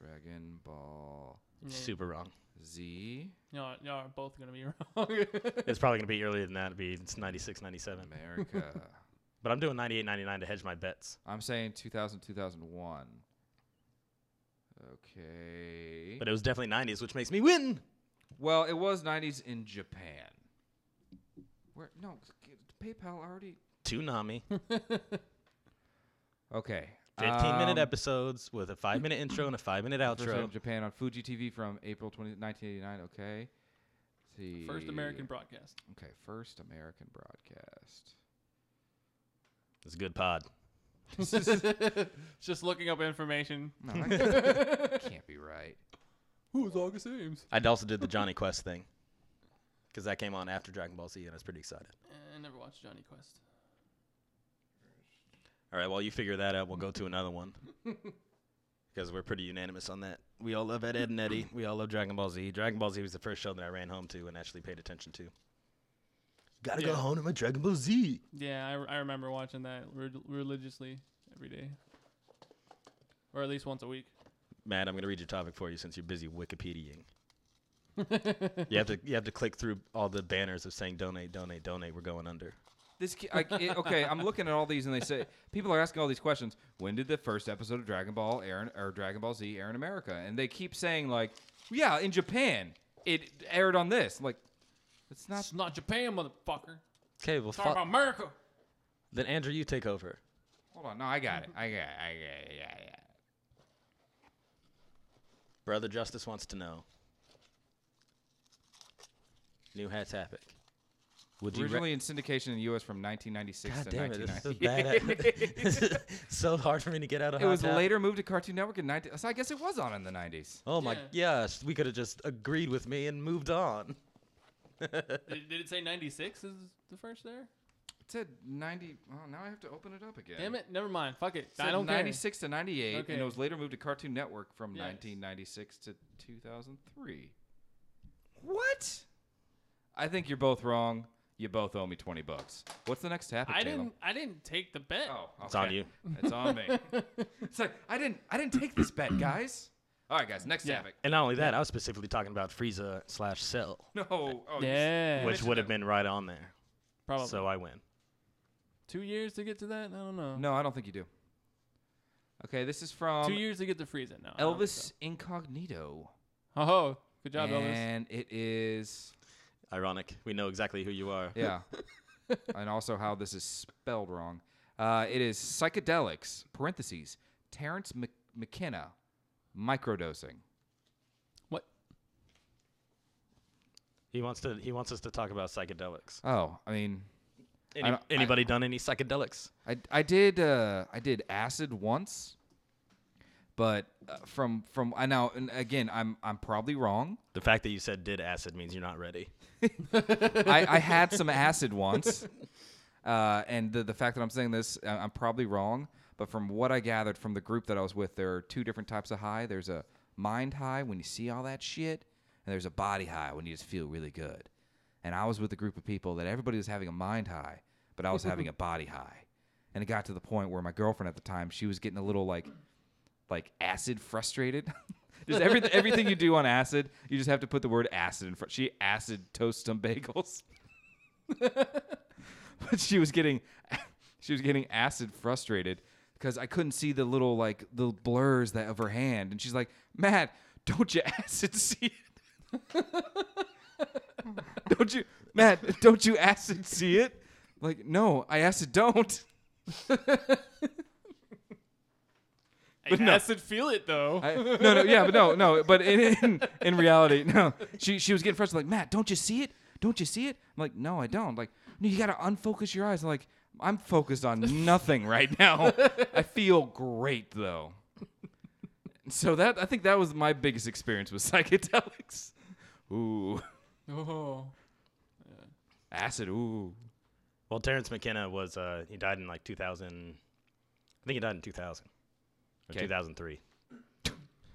S2: Dragon Ball
S3: Yeah.
S1: Super wrong.
S2: Z,
S3: Y'all, y'all are both going to be wrong.
S1: It's probably going to be earlier than that. It'd be it's 96, 97.
S2: America.
S1: But I'm doing 98, 99 to hedge my bets.
S2: I'm saying 2000 2001. Okay.
S1: But it was definitely 90s, which makes me win.
S2: well, it was 90s in Japan. Where? No, c- PayPal already.
S1: Toonami.
S2: Okay,
S1: Fifteen minute
S2: Um,
S1: episodes with a five minute intro and a five minute
S2: First time in
S1: outro.
S2: Japan on Fuji TV from April 20, 1989. Okay. see.
S3: First American broadcast.
S2: Okay, first American broadcast.
S1: It's a good pod.
S3: Just looking up information.
S2: No, that can't be right.
S3: Who is August Ames?
S1: I also did the Johnny Quest thing because that came on after Dragon Ball Z, and I was pretty excited.
S3: I never watched Johnny Quest.
S1: All right, while you figure that out, we'll go to another one because we're pretty unanimous on that. We all love Ed, Ed and Eddie. We all love Dragon Ball Z. Dragon Ball Z was the first show that I ran home to and actually paid attention to. Gotta go
S3: Yeah.
S1: home to my Dragon Ball Z.
S3: Yeah, I, re- I remember watching that re- religiously every day, or at least once a week.
S1: Matt, I'm gonna read your topic for you since you're busy Wikipediaing. you have to you have to click through all the banners of saying donate, donate, donate. We're going under.
S2: This ki- I, it- okay, I'm looking at all these and they say people are asking all these questions. When did the first episode of Dragon Ball air in, or Dragon Ball Z air in America? And they keep saying like, yeah, in Japan it aired on this. I'm like, it's not.
S3: It's not Japan, motherfucker.
S1: Okay, well,
S3: Talk about America.
S1: then Andrew, you take over.
S2: Hold on, no, I got it.
S3: Mm-hmm.
S2: I got. It. I got. It. Yeah, yeah.
S1: Brother Justice wants to know. New hat topic. Would you?
S2: Originally
S1: Re-
S2: in syndication in the U.S. from 1996
S1: God
S2: to
S1: damn it! This is
S2: 1990.
S1: bad. this is so hard for me to get out of.
S2: It
S1: Hot
S2: was
S1: Topic.
S2: later moved to Cartoon Network in 90. So I guess it was on in the 90s.
S1: Oh my
S3: Yeah.
S1: gosh! We could have just agreed with me and moved on.
S3: did, did it say '96 is the first there?
S2: It said 90. Oh, now I have to open it up again.
S3: Damn it. Never mind. Fuck it.
S2: It
S3: I
S2: said
S3: don't care.
S2: 96 to 98, and
S3: Okay.
S2: it was later moved to Cartoon Network from
S3: Yes.
S2: 1996 to 2003. What? I think you're both wrong. You both owe me 20 bucks. What's the next topic?
S3: I
S2: Caleb?
S3: didn't. I didn't take the bet.
S2: Oh,
S1: It's on
S2: okay.
S1: you.
S2: It's on me. it's like I didn't. I didn't take this bet, guys. All right, guys. Next
S3: Yeah.
S2: topic.
S1: And not only that, I was specifically talking about Frieza slash Cell,
S2: No. Oh, you
S3: yeah.
S1: which would have been right on there.
S3: probably
S1: So I win.
S3: two years to get to that. I don't know.
S2: No, I don't think you do. Okay, this is from
S3: two years to get to freezing. No. I don't think
S2: Elvis Incognito.
S3: So. Oh, good job, Elvis.
S2: and it is
S1: Ironic. We know exactly who you are.
S2: yeah, and also how this is spelled wrong. Uh, it is psychedelics (parentheses Terrence Mc- McKenna microdosing.
S3: What?
S1: He wants to. He wants us to talk about psychedelics.
S2: Oh, I mean,
S1: Any,
S2: don't- I-
S1: anybody done any psychedelics?
S2: I, I did uh, I did acid once, but uh, from from I now and again I'm I'm probably wrong.
S1: The fact that you said did acid means you're not ready.
S2: I, I had some acid once, uh, and the, the fact that I'm saying this, I- I'm probably wrong, but from what I gathered from the group that I was with, there are two different types of high. There's a mind high when you see all that shit, and there's a body high when you just feel really good. And I was with a group of people that everybody was having a mind high, but I was having a body high, and it got to the point where my girlfriend at the time, she was getting a little like, like acid frustrated. Just everything, everything you do on acid, you just have to put the word acid in front. She acid toasts some bagels but she was getting she was getting acid frustrated because I couldn't see the little like the blurs that of her hand, and she's like, "Matt, don't you acid see it? don't you, Matt? Don't you acid see it? Like, no, I acid don't.
S3: I
S2: no.
S3: acid feel it though.
S2: I, no, no, yeah, but no, no, but in, in in reality, no. She she was getting frustrated, like, Matt, don't you see it? Don't you see it? I'm like, no, I don't. Like, no, you gotta unfocus your eyes. I'm like, I'm focused on nothing right now. I feel great though. So that I think that was my biggest experience with psychedelics. Ooh,
S3: oh.
S2: acid. Ooh,
S1: Well, Terrence McKenna was. Uh, he died in like 2000. I think he died in 2000 or
S2: Okay.
S1: 2003.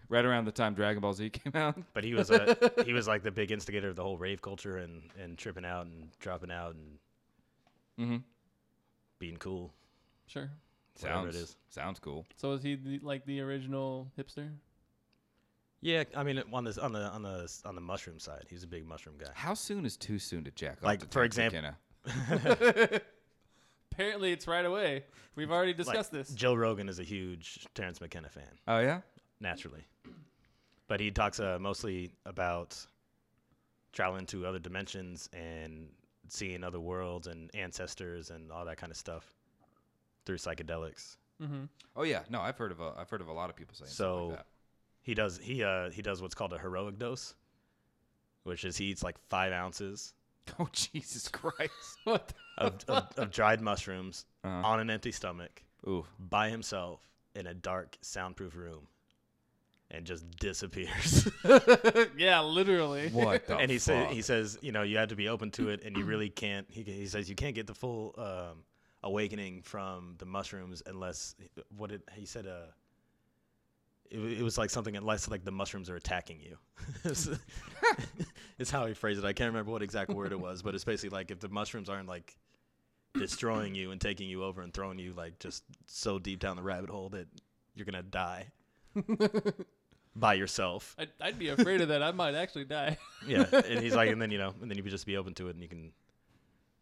S2: right around the time Dragon Ball Z came out.
S1: But he was a, he was like the big instigator of the whole rave culture and and tripping out and dropping out and
S2: Mm-hmm.
S1: being cool.
S3: Sure.
S1: Whatever it
S2: Sounds
S1: is.
S2: sounds cool.
S3: So is he the, like the original hipster?
S1: Yeah, I mean on this on the on the on the mushroom side, he's a big mushroom guy.
S2: How soon is too soon to jack off?
S1: Like,
S2: to
S1: for
S2: Terrence
S1: example-
S2: McKenna?
S3: Apparently, it's right away. We've already
S1: Like,
S3: discussed this.
S1: Joe Rogan is a huge Terrence McKenna fan.
S2: Oh yeah.
S1: naturally. But he talks uh, mostly about traveling to other dimensions and seeing other worlds and ancestors and all that kind of stuff through psychedelics.
S2: Oh yeah, no, I've heard of a, I've heard of a lot of people saying stuff
S1: So-
S2: like that.
S1: He does he uh he does what's called a heroic dose, which is he eats like five ounces
S2: Oh Jesus Christ!
S3: What?
S1: of, of, of dried mushrooms
S2: Uh-huh.
S1: on an empty stomach
S2: Ooh,
S1: by himself in a dark soundproof room, and just disappears.
S3: the- yeah, literally.
S2: what the
S1: and he
S2: fuck?
S1: says he says you know you have to be open to it, and you really can't. He, he says you can't get the full um, awakening from the mushrooms unless what did he said uh. It, wa- it was like something unless like the mushrooms are attacking you. it's how he phrased it. I can't remember what exact word it was, but it's basically like if the mushrooms aren't like destroying you and taking you over and throwing you like just so deep down the rabbit hole that you're gonna die by yourself.
S3: I'd, I'd be afraid of that. I might actually die.
S1: Yeah, and he's like, and then you know, and then you could just be open to it, and you can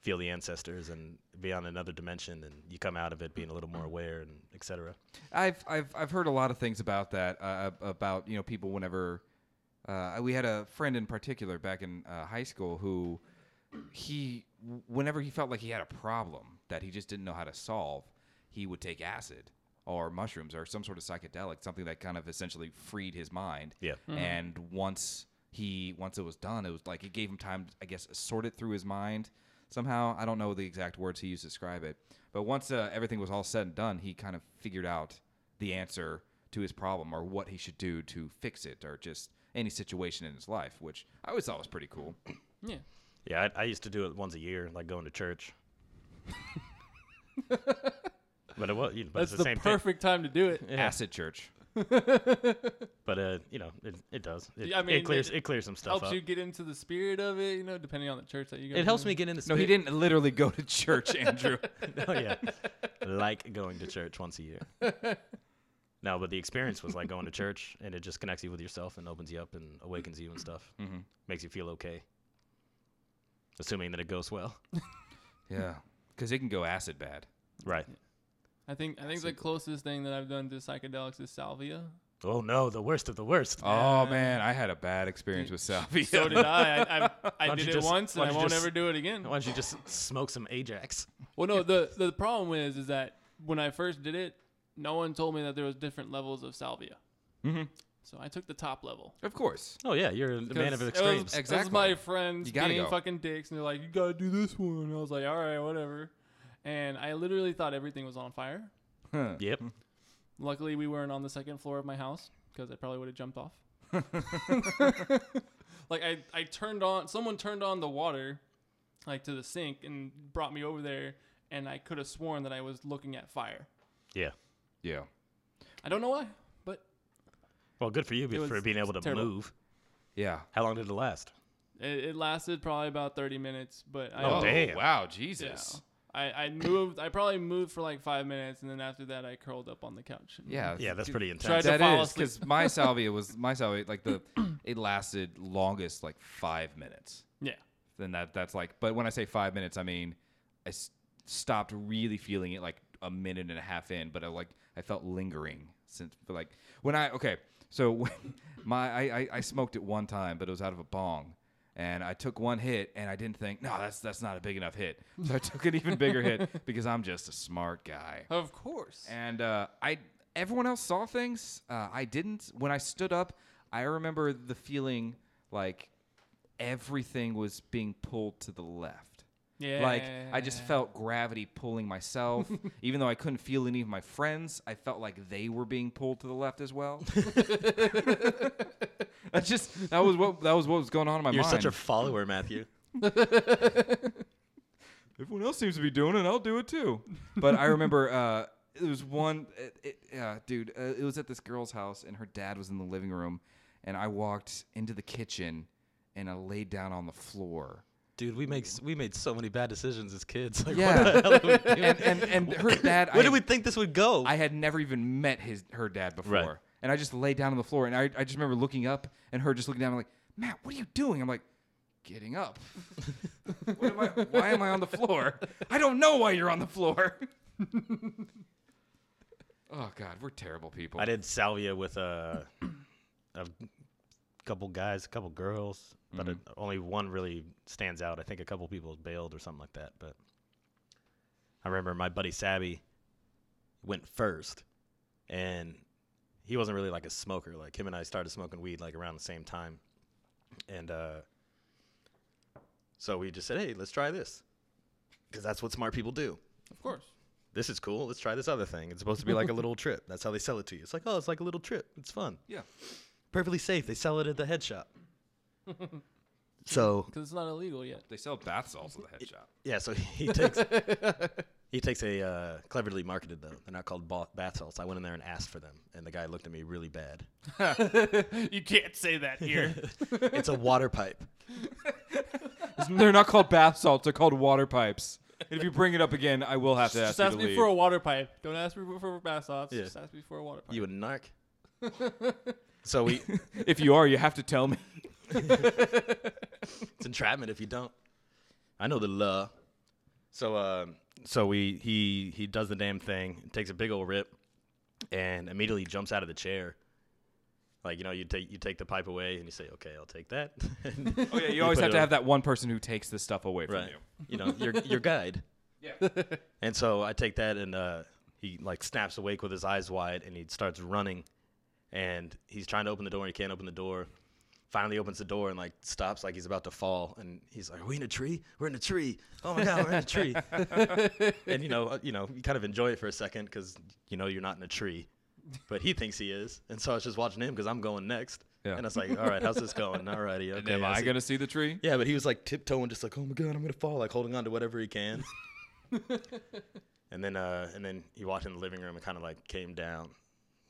S1: feel the ancestors and be on another dimension, and you come out of it being a little more aware and etc.
S2: I've I've I've heard a lot of things about that. Uh, ab- about you know people whenever uh, we had a friend in particular back in uh, high school who he whenever he felt like he had a problem that he just didn't know how to solve, he would take acid or mushrooms or some sort of psychedelic, something that kind of essentially freed his mind.
S1: Yeah.
S2: And once he once it was done, it was like it gave him time, I guess, sort it through his mind somehow. I don't know the exact words he used to describe it, but once uh, everything was all said and done, he kind of figured out the answer to his problem or what he should do to fix it or just any situation in his life, which I always thought was pretty cool.
S3: yeah.
S1: Yeah, I, I used to do it once a year, like going to church. but it was, you know, but it's
S3: That's
S1: the,
S3: the,
S1: same thing.
S3: perfect time to do it.
S2: Acid church.
S1: But uh, you know, it, it does. It,
S3: Yeah, I mean,
S1: it clears
S3: it
S1: it, clears some stuff
S3: Helps
S1: up.
S3: you get into the spirit of it, you know, depending on the church that you go
S1: it helps
S3: to.
S1: me get into.
S2: No, he
S1: spirit-
S2: didn't literally go to church, Andrew.
S1: oh yeah, like going to church once a year. No, but the experience was like going to church, and it just connects you with yourself and opens you up and awakens you and stuff. Mm-hmm. Makes you feel okay, assuming that it goes well.
S2: yeah, because it can go acid bad.
S1: Right.
S3: I think I think the closest thing that I've done to psychedelics is salvia.
S1: Oh no, the worst of the worst.
S2: Oh man, I had a bad experience with salvia.
S3: So did I. I, I, I
S1: don't
S3: did
S1: you
S3: it
S1: just-
S3: once, and
S1: why
S3: I
S1: don't you
S3: won't
S1: just-
S3: ever do it again.
S1: Why don't you just smoke some Ajax?
S3: Well, no. The the problem is is that when I first did it, no one told me that there was different levels of salvia.
S1: Mm-hmm.
S2: Mhm.
S3: So I took the top level.
S2: Of course.
S1: Oh yeah, you're a man of
S3: 'Cause
S1: extremes.
S3: It was, it was
S2: Exactly.
S3: my friends
S2: You gotta
S3: being
S2: go.
S3: fucking dicks, and they're like, "You gotta do this one." I was like, "All right, whatever." And I literally thought everything was on fire.
S2: Huh.
S1: yep.
S3: Luckily, we weren't on the second floor of my house because I probably would have jumped off. like I, I turned on someone turned on the water, like to the sink and brought me over there, and I could have sworn that I was looking at fire.
S1: Yeah.
S2: Yeah.
S3: I don't know why, but
S1: Well, good for you be-
S3: It
S1: for
S3: was
S1: being able to
S3: terrible.
S1: move.
S2: Yeah.
S1: How long did it last?
S3: it, it lasted probably about thirty minutes. But I
S1: Oh,
S3: don't-
S1: damn.
S2: Wow,
S3: yeah.
S2: Jesus.
S3: I, I moved. I probably moved for like five minutes, and then after that, I curled up on the couch. and-
S2: Yeah.
S1: Yeah, that's
S2: dude,
S1: pretty intense.
S3: Tried to
S2: That
S3: fall
S2: is
S3: asleep.
S2: because my salvia was my salvia like the it lasted longest like five minutes.
S3: yeah.
S2: Then that that's like, but when I say five minutes, I mean I s- stopped really feeling it like a minute and a half in, but I like I felt lingering since but like when I okay, so when my I, I I smoked it one time, but it was out of a bong. And I took one hit, and I didn't think, no, that's that's not a big enough hit. So I took an even bigger hit because I'm just a smart guy.
S3: Of course.
S2: And uh, I, everyone else saw things. Uh, I didn't. When I stood up, I remember the feeling like everything was being pulled to the left.
S3: yeah.
S2: Like I just felt gravity pulling myself, even though I couldn't feel any of my friends. I felt like they were being pulled to the left as well. That's just that was what that was what was going on in my
S1: You're
S2: mind.
S1: such a follower, Matthew.
S2: everyone else seems to be doing it, I'll do it too. But I remember uh, it was one, it, it, uh, dude, uh, it was at this girl's house, and her dad was in the living room, and I walked into the kitchen, and I laid down on the floor.
S1: Dude, we make s- we made so many bad decisions as kids. Like,
S2: Yeah.
S1: what the hell are we doing?
S2: And and, and her dad,
S1: Where
S2: I,
S1: did we think this would go?
S2: I had never even met his her dad before,
S1: Right.
S2: and I just laid down on the floor, and I, I just remember looking up, and her just looking down, and like, Matt, what are you doing? I'm like. Getting up. what am I, why am I on the floor? I don't know why you're on the floor. oh God, we're terrible people.
S1: I did salvia with a, a couple guys, a couple girls, but it,
S2: Mm-hmm.
S1: only one really stands out. I think a couple people bailed or something like that. But I remember my buddy Sabby went first, and he wasn't really like a smoker. Like him and I started smoking weed like around the same time, and uh, so we just said, "Hey, let's try this," because that's what smart people do.
S3: Of course.
S1: This is cool. Let's try this other thing. It's supposed to be like a little trip. That's how they sell it to you. It's like, oh, it's like a little trip. It's fun.
S2: Yeah.
S1: Perfectly safe. They sell it at the head shop. so
S3: Because it's not illegal yet.
S2: They sell bath salts at the head shop.
S1: yeah, so he takes he takes a uh, cleverly marketed though. They're not called ba- bath salts. I went in there and asked for them, and the guy looked at me really bad.
S3: You can't say that here.
S1: it's a water pipe.
S2: They're not called bath salts. They're called water pipes. And if you bring it up again, I will have to ask
S3: Just
S2: you
S3: ask
S2: to
S3: me
S2: leave.
S3: for a water pipe. Don't ask me for bath salts.
S1: Yeah.
S3: Just ask me for a water pipe.
S1: You a narc. so we
S2: if you are, you have to tell me.
S1: It's entrapment if you don't. I know the law. So um so we he he does the damn thing, takes a big old rip, and immediately jumps out of the chair. Like you know, you take you take the pipe away and you say, "Okay, I'll take that."
S2: Oh yeah, you
S1: always
S2: always
S1: put have it
S2: have to
S1: to
S2: have
S1: have
S2: that one person who takes this stuff away from
S1: right.
S2: you.
S1: You know, your your guide.
S2: Yeah.
S1: And so I take that and uh, he like snaps awake with his eyes wide and he starts running and he's trying to open the door and he can't open the door. Finally opens the door and like stops like he's about to fall and he's like, Are we in a tree? We're in a tree. Oh my god, we're in a tree. and you know, uh, you know, you kind of enjoy it for a second because you know you're not in a tree. But he thinks he is. And so I was just watching him because I'm going next.
S2: Yeah.
S1: And I was like, All right, how's this going? All righty, okay.
S2: Am I
S1: see-
S2: gonna see the tree?
S1: yeah, but he was like tiptoeing, just like, oh my god, I'm gonna fall, like holding on to whatever he can. and then, uh, and then he walked in the living room and kind of like came down,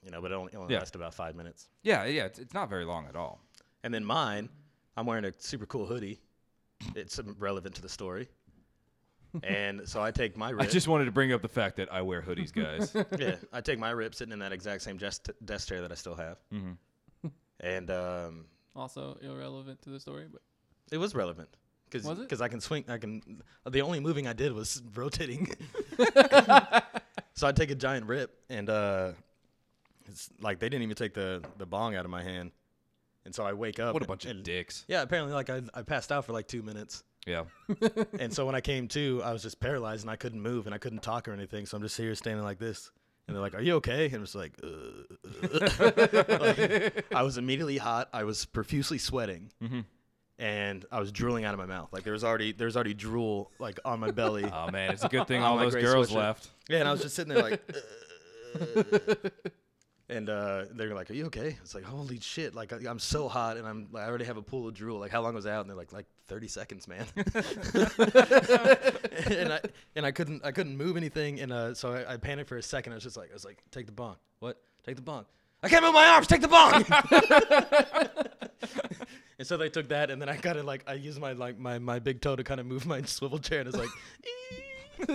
S1: you know. But it only, it only
S2: Yeah.
S1: lasted about five minutes.
S2: Yeah, yeah. It's, it's not very long at all.
S1: And then mine, I'm wearing a super cool hoodie. It's um, relevant to the story. and so I take my
S2: I
S1: rip.
S2: just wanted to bring up the fact that I wear hoodies, guys.
S1: yeah, I take my rip sitting in that exact same desk, desk chair that I still have.
S2: Mm-hmm.
S1: And um,
S3: Also irrelevant to the story, but
S1: It was relevant. Cause,
S3: Was it?
S1: 'cause I can swing. I can. The only moving I did was rotating. so I take a giant rip, and uh, it's like they didn't even take the the bong out of my hand, and so I wake up.
S2: what a
S1: and-
S2: bunch of
S1: and-
S2: dicks.
S1: Yeah, apparently, like I I passed out for like two minutes,
S2: Yeah.
S1: and so when I came to, I was just paralyzed and I couldn't move and I couldn't talk or anything. So I'm just here standing like this. And they're like, "Are you okay?" And I'm just like, uh, uh." Like, I was immediately hot. I was profusely sweating, and I was drooling out of my mouth. Like there was already there was already drool like on my belly.
S2: Oh man, it's a good thing
S1: on
S2: all
S1: my
S2: those
S1: gray
S2: girls
S1: sweatshirt.
S2: left.
S1: Yeah, and I was just sitting there like, "Uh." and uh, they were like, "Are you okay?" It's like, "Holy shit!" Like I, I'm so hot, and I'm like, I already have a pool of drool. Like, how long was I out? And they're like, "Like 30 seconds, man." and I and I couldn't I couldn't move anything, and uh, so I, I panicked for a second. I was just like, I was like, "Take the bong." What? Take the bong. I can't move my arms. Take the bong. and so they took that, and then I kind of like I used my like my, my big toe to kind of move my swivel chair, and it's like.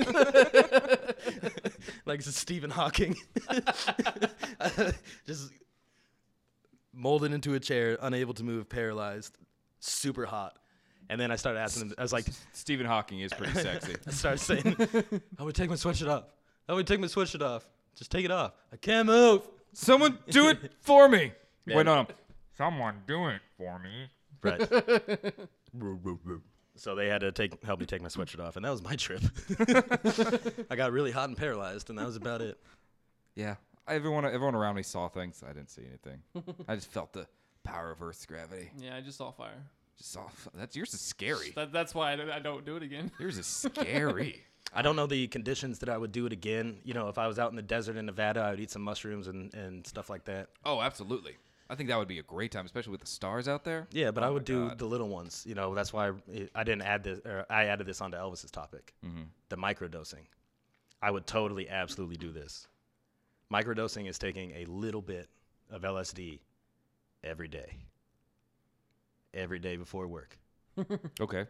S1: like s- Stephen Hawking, just molded into a chair, unable to move, paralyzed, super hot. And then I started asking. Them, I was like,
S2: Stephen Hawking is pretty sexy.
S1: I started saying, "I would take my sweatshirt off. I would take my sweatshirt off. Just take it off. I can't move."
S2: Someone do it for me.
S1: Yeah.
S2: Wait, no, no.
S9: Someone do it for me.
S1: Right. so they had to take help me take my sweatshirt off, and that was my trip. I got really hot and paralyzed, and that was about it.
S2: Yeah. Everyone, everyone around me saw things. I didn't see anything. I just felt the power of Earth's gravity.
S3: yeah, I just saw fire.
S2: Just saw that's yours is scary.
S3: That, that's why I, don't- I don't do it again.
S2: Yours is scary.
S1: I don't know the conditions that I would do it again. You know, if I was out in the desert in Nevada, I would eat some mushrooms and, and stuff like that.
S2: oh, absolutely. I think that would be a great time, especially with the stars out there.
S1: Yeah, but
S2: Oh
S1: I
S2: my
S1: would do
S2: God.
S1: the little ones. You know, that's why I- I didn't add this, or I added this onto Elvis's topic,
S2: Mm-hmm.
S1: the microdosing. I would totally, absolutely do this. Microdosing is taking a little bit of LSD every day, every day before work.
S2: Okay.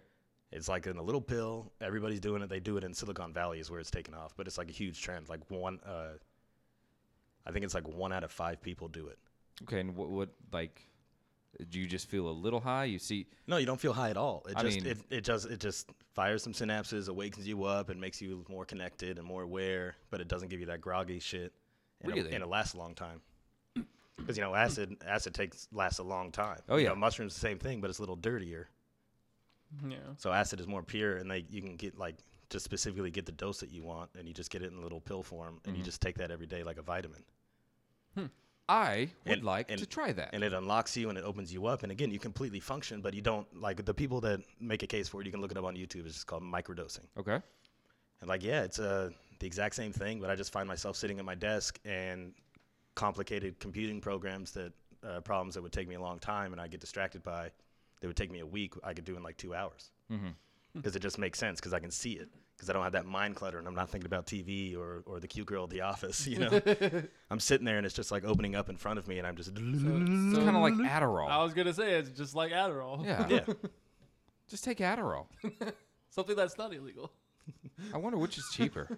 S1: It's like in a little pill. Everybody's doing it. They do it in Silicon Valley is where it's taken off, but it's like a huge trend. Like one, uh, I think it's like one out of five people do it.
S2: Okay, and what, what like, do you just feel a little high? You see,
S1: No, you don't feel high at all. It
S2: I
S1: just
S2: mean-
S1: it, it just it just fires some synapses, awakens you up, and makes you more connected and more aware. But it doesn't give you that groggy shit. And
S2: Really?
S1: It, and it lasts a long time. Because you know acid acid takes lasts a long time.
S2: Oh,
S1: You
S2: yeah.
S1: know, mushrooms the same thing, but it's a little dirtier.
S3: Yeah.
S1: So acid is more pure, and they you can get like to specifically get the dose that you want, and you just get it in a little pill form, and
S2: Mm-hmm.
S1: you just take that every day like a vitamin.
S2: I would
S1: And-
S2: like
S1: and-
S2: to try that.
S1: And it unlocks you and it opens you up. And again, you completely function, but you don't like the people that make a case for it. You can look it up on YouTube. It's just called microdosing.
S2: okay.
S1: And like, yeah, it's uh, the exact same thing, but I just find myself sitting at my desk and complicated computing programs that uh, problems that would take me a long time and I get distracted by that would take me a week. I could do in like two hours because it just makes sense because I can see it because I don't have that mind clutter and I'm not thinking about TV or, or the cute girl at the office. You know, I'm sitting there and it's just like opening up in front of me and I'm just
S2: It's kind of like Adderall.
S3: I was gonna say it's just like Adderall.
S2: yeah.
S1: yeah.
S2: Just take Adderall.
S3: Something that's not illegal.
S2: I wonder which is cheaper.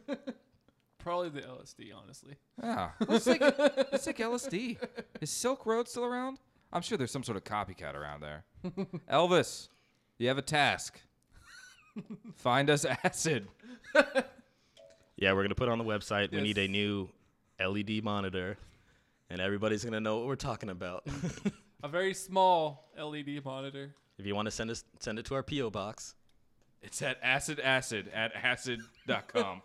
S3: Probably the LSD, honestly.
S2: Yeah. Let's take, let's take LSD. Is Silk Road still around? I'm sure there's some sort of copycat around there. Elvis, you have a task. Find us acid.
S1: Yeah, we're gonna put on the website. We need a
S3: Yes.
S1: new LED monitor, and everybody's gonna know what we're talking about.
S3: A very small LED monitor.
S1: if you want to send us, send it to our PO box.
S2: It's at acidacid at acid.com.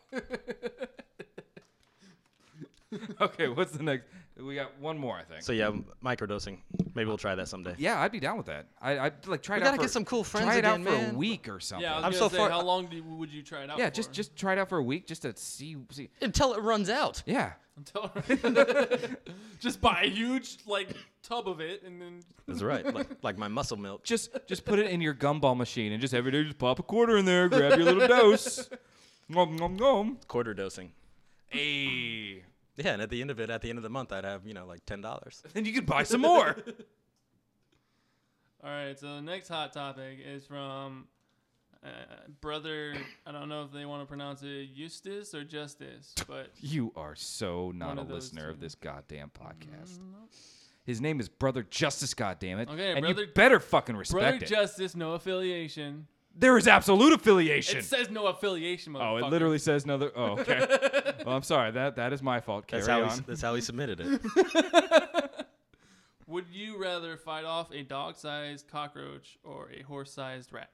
S2: okay, what's the next? We got one more, I think.
S1: So yeah, m- microdosing. Maybe we'll try that someday.
S2: yeah, I'd be down with that. I, I'd like try
S1: We
S2: it out.
S1: gotta
S2: for-
S1: get some cool friends
S2: Try it out
S1: again,
S2: for a
S1: man.
S2: week or something.
S3: Yeah, I was
S1: I'm
S3: gonna
S1: so
S3: say,
S1: far-
S3: how long do you, would you try it out?
S2: yeah,
S3: for?
S2: just just try it out for a week just to see. see.
S1: Until it runs out.
S2: Yeah,
S3: Until- just buy a huge like tub of it and then
S1: That's right. Like, like my muscle milk.
S2: just just put it in your gumball machine and just every day just pop a quarter in there, grab your little dose. Nom nom nom.
S1: quarter dosing.
S2: Hey.
S1: Yeah, and at the end of it, at the end of the month, I'd have you know like ten dollars.
S2: Then you could buy some more.
S3: All right, so the next hot topic is from uh, brother. I don't know if they want to pronounce it Eustace or Justice, but
S2: you are so not
S3: One
S2: a
S3: of those
S2: listener
S3: two. Mm,
S2: of this goddamn podcast. His name is Brother Justice, goddammit.
S3: Okay,
S2: and
S3: Brother-
S2: you better fucking respect
S3: brother
S2: it.
S3: Justice, no affiliation.
S2: there is absolute affiliation.
S3: It says no affiliation,
S2: oh,
S3: motherfucker.
S2: it literally says another. Oh, okay. well, I'm sorry. That that is my fault. Carry
S1: That's how he,
S2: on.
S1: s- that's how he submitted it.
S3: Would you rather fight off a dog-sized cockroach or a horse-sized rat?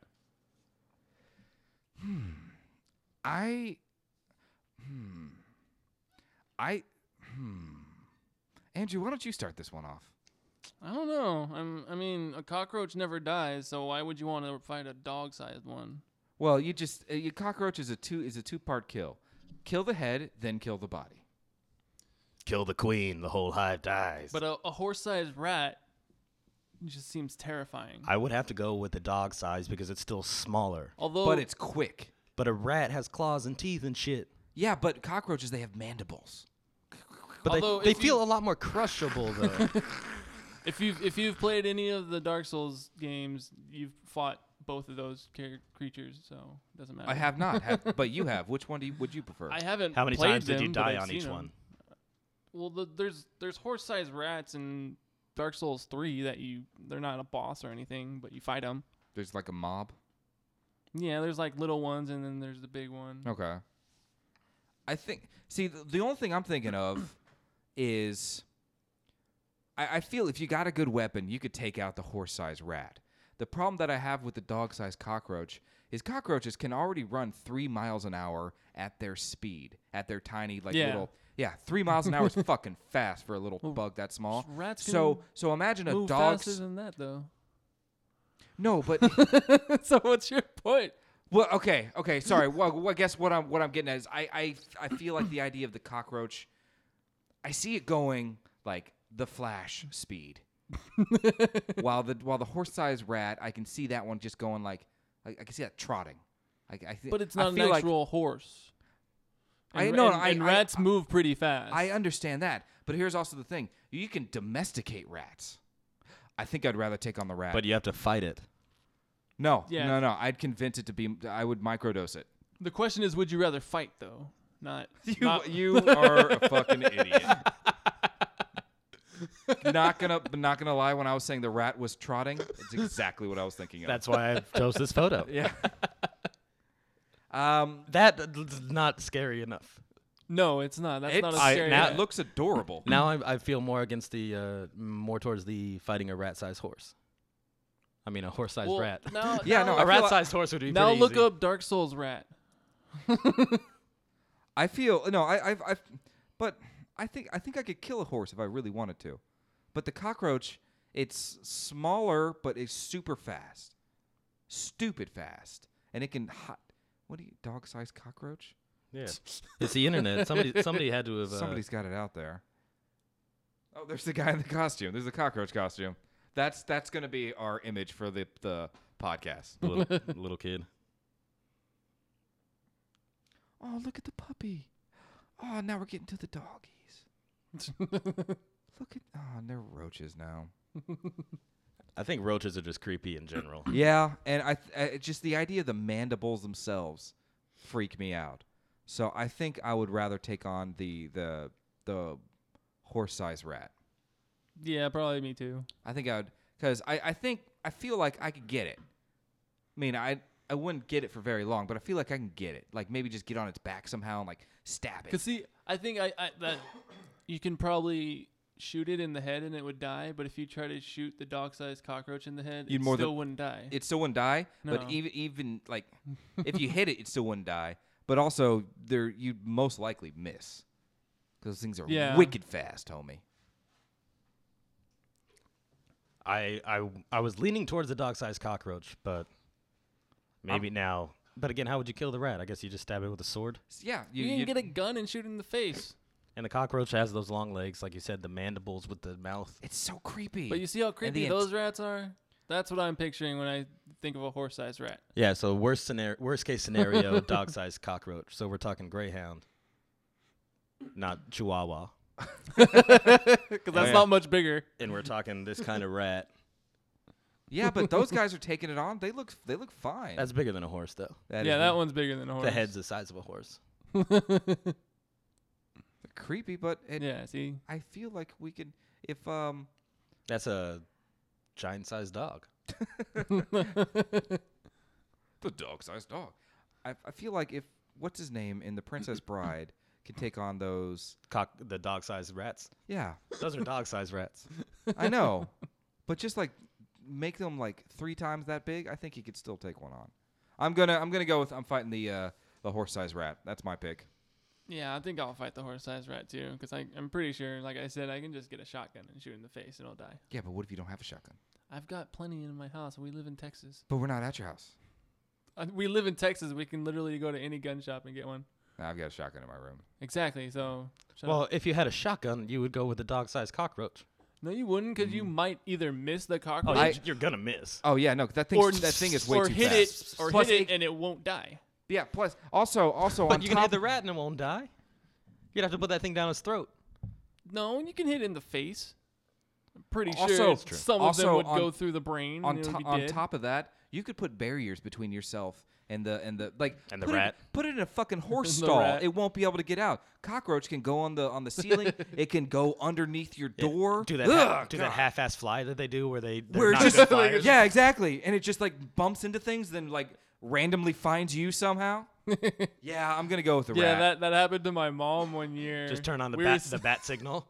S2: I hmm. I hmm. Andrew, why don't you start this one off?
S3: I don't know. I'm, I mean, a cockroach never dies, so why would you want to fight a dog-sized one?
S2: Well, you just uh, your cockroach is a two is a two part kill. Kill the head, then kill the body.
S1: Kill the queen, the whole hive dies.
S3: But a, a horse-sized rat just seems terrifying.
S1: I would have to go with the dog size because it's still smaller.
S3: Although
S2: But it's quick.
S1: But a rat has claws and teeth and shit.
S2: Yeah, but cockroaches they have mandibles.
S1: But
S3: Although
S1: they, they
S3: if you-
S1: feel a lot more crushable though.
S3: If you've if you've played any of the Dark Souls games, you've fought both of those char- creatures, so it doesn't matter.
S2: I have not, have, but you have. Which one do you, would you prefer?
S3: I haven't.
S1: How many
S3: played
S1: times did you
S3: them, but
S1: die
S3: I've
S1: on each
S3: seen 'em.
S1: one?
S3: Well, the, there's there's horse-sized rats in Dark Souls three that you they're not a boss or anything, but you fight them.
S2: There's like a mob.
S3: Yeah, there's like little ones, and then there's the big one.
S2: Okay. I think. See, the, the only thing I'm thinking of is, I, I feel if you got a good weapon, you could take out the horse-sized rat. The problem that I have with the dog-sized cockroach is cockroaches can already run three miles an hour at their speed, at their tiny like
S3: Yeah.
S2: little. Yeah, three miles an hour is fucking fast for a little bug that small.
S3: rats can
S2: so so imagine a
S3: Move
S2: dog.
S3: faster than that, though.
S2: No, but
S3: so what's your point?
S2: Well, okay, okay, sorry. well, well, I guess what I'm what I'm getting at is I, I I feel like the idea of the cockroach, I see it going like the Flash speed, while the while the horse-sized rat, I can see that one just going like I, I can see that trotting. I, I thi-
S3: But it's
S2: I
S3: not an
S2: feel like-
S3: actual horse.
S2: I-
S3: And-
S2: no,
S3: and,
S2: I-
S3: and
S2: I-
S3: rats
S2: I-
S3: move pretty fast.
S2: I understand that, but here's also the thing: you can domesticate rats. I think I'd rather take on the rat.
S1: but you have to fight it.
S2: no,
S3: Yeah.
S2: no, no. I'd convince it to be. I would microdose it.
S3: The question is, would you rather fight though? Not you. Not,
S2: you are a fucking idiot. not gonna, not gonna lie. When I was saying the rat was trotting, it's exactly what I was thinking of.
S1: That's why I chose this photo.
S2: yeah. Um,
S1: That's uh, not scary enough.
S3: no, it's not. That's
S2: it,
S3: not a
S1: I-
S3: scary.
S1: now-
S2: it looks adorable.
S1: Now I, I feel more against the uh, more towards the fighting a rat-sized horse. I mean, a horse-sized
S3: well,
S1: rat.
S3: Now,
S2: Yeah,
S3: now,
S2: no, I
S1: a
S2: feel like-
S1: rat-sized horse would be
S3: now
S1: pretty
S3: look
S1: easy.
S3: up Dark Souls rat.
S2: I feel no, I, I've, I've, but I think I think I could kill a horse if I really wanted to, but the cockroach, it's smaller but it's super fast, stupid fast, and it can hot. What do you dog-sized cockroach?
S1: Yeah, it's the internet. Somebody somebody had to have. Uh,
S2: Somebody's got it out there. Oh, there's the guy in the costume. There's the cockroach costume. That's that's gonna be our image for the the podcast.
S1: little, little kid.
S2: Oh, look at the puppy. Oh, now we're getting to the doggies. Look at oh, and they're roaches now.
S1: I think roaches are just creepy in general.
S2: Yeah, and I, th- I just the idea of the mandibles themselves freak me out. So I think I would rather take on the the the horse-sized rat.
S3: yeah, probably me too.
S2: I think I would because I, I think I feel like I could get it. I mean, I I wouldn't get it for very long, but I feel like I can get it. Like maybe just get on its back somehow and like stab it.
S3: Cause see, I think I, I that you can probably shoot it in the head and it would die. But if you try to shoot the dog-sized cockroach in the head,
S2: You'd
S3: it
S2: more than-
S3: still wouldn't die.
S2: It still wouldn't die,
S3: No.
S2: but even even like if you hit it, it still wouldn't die. But also, there you'd most likely miss because things are
S3: Yeah.
S2: wicked fast, homie.
S1: I I I was leaning towards the dog-sized cockroach, but maybe now. But again, how would you kill the rat? I guess you just stab it with a sword.
S2: So, yeah,
S3: you,
S2: you,
S3: can
S2: you-
S3: get a gun and shoot it in the face.
S1: And the cockroach has those long legs, like you said, the mandibles with the mouth.
S2: It's so creepy.
S3: But you see how creepy
S2: ent-
S3: those rats are. That's what I'm picturing when I think of a horse-sized rat.
S1: Yeah. So worst scenario, worst case scenario, dog-sized cockroach. So we're talking greyhound, not chihuahua,
S3: Because that's
S1: yeah.
S3: not much bigger.
S1: and we're talking this kind of rat.
S2: yeah, but those guys are taking it on. They look they look fine.
S1: That's bigger than a horse, though.
S3: yeah,
S2: is
S3: that
S2: weird.
S3: one's bigger than a horse.
S1: The head's the size of a horse.
S2: creepy, but it,
S3: yeah, see,
S2: I feel like we can if um
S1: That's a giant-sized dog.
S2: the dog sized dog. I, I feel like if what's his name in the Princess Bride can take on those.
S1: Cock, the dog-sized rats.
S2: Yeah,
S1: Those are dog-sized rats.
S2: I know, but just like make them like three times that big. I think he could still take one on. I'm gonna I'm gonna go with I'm fighting the uh, the horse sized rat. That's my pick.
S3: yeah, I think I'll fight the horse-sized rat too. Because I'm pretty sure, like I said, I can just get a shotgun and shoot it in the face and I'll die.
S2: Yeah, but what if you don't have a shotgun?
S3: I've got plenty in my house. We live in Texas.
S2: But we're not at your house.
S3: Uh, we live in Texas. We can literally go to any gun shop and get one.
S2: Nah, I've got a shotgun in my room.
S3: Exactly. So, shut up.
S1: Well, if you had a shotgun, you would go with a dog-sized cockroach.
S3: no, you wouldn't, because
S2: mm.
S3: you might either miss the
S1: Oh,
S3: cockroach
S2: I-
S1: you're, you're gonna miss.
S2: Oh yeah, no, that thing
S3: or
S2: that thing is way
S3: or
S2: too
S3: hit
S2: fast.
S3: it or
S2: Plus
S3: hit it,
S2: it-
S3: and it won't die.
S2: yeah, plus also also on
S1: But you can
S2: top
S1: hit the rat and it won't die. You'd have to put that thing down its throat.
S3: No, you can hit it in the face. I'm pretty
S2: Also-
S3: sure
S2: That's true.
S3: some of
S2: also
S3: them would
S2: on-
S3: go through the brain.
S2: on
S3: and it would
S2: top
S3: be
S2: on
S3: dead.
S2: top of that, you could put barriers between yourself and the and the like
S1: And the
S2: put
S1: rat.
S2: It, put it in a fucking horse
S3: The
S2: stall.
S3: rat.
S2: It won't be able to get out. Cockroach can go on the on the ceiling. it can go underneath your door.
S1: Do that, ha-
S2: Ugh,
S1: do that
S2: God.
S1: half-ass fly that they do, where they they're
S2: Where it
S1: not
S2: just
S1: good flyers.
S2: yeah, exactly. And it just like bumps into things, then like randomly finds you somehow. yeah, I'm gonna go with the
S3: yeah,
S2: rat.
S3: that, that happened to my mom one year.
S1: Just turn on the
S3: We were
S1: bat
S3: s-
S1: the bat signal.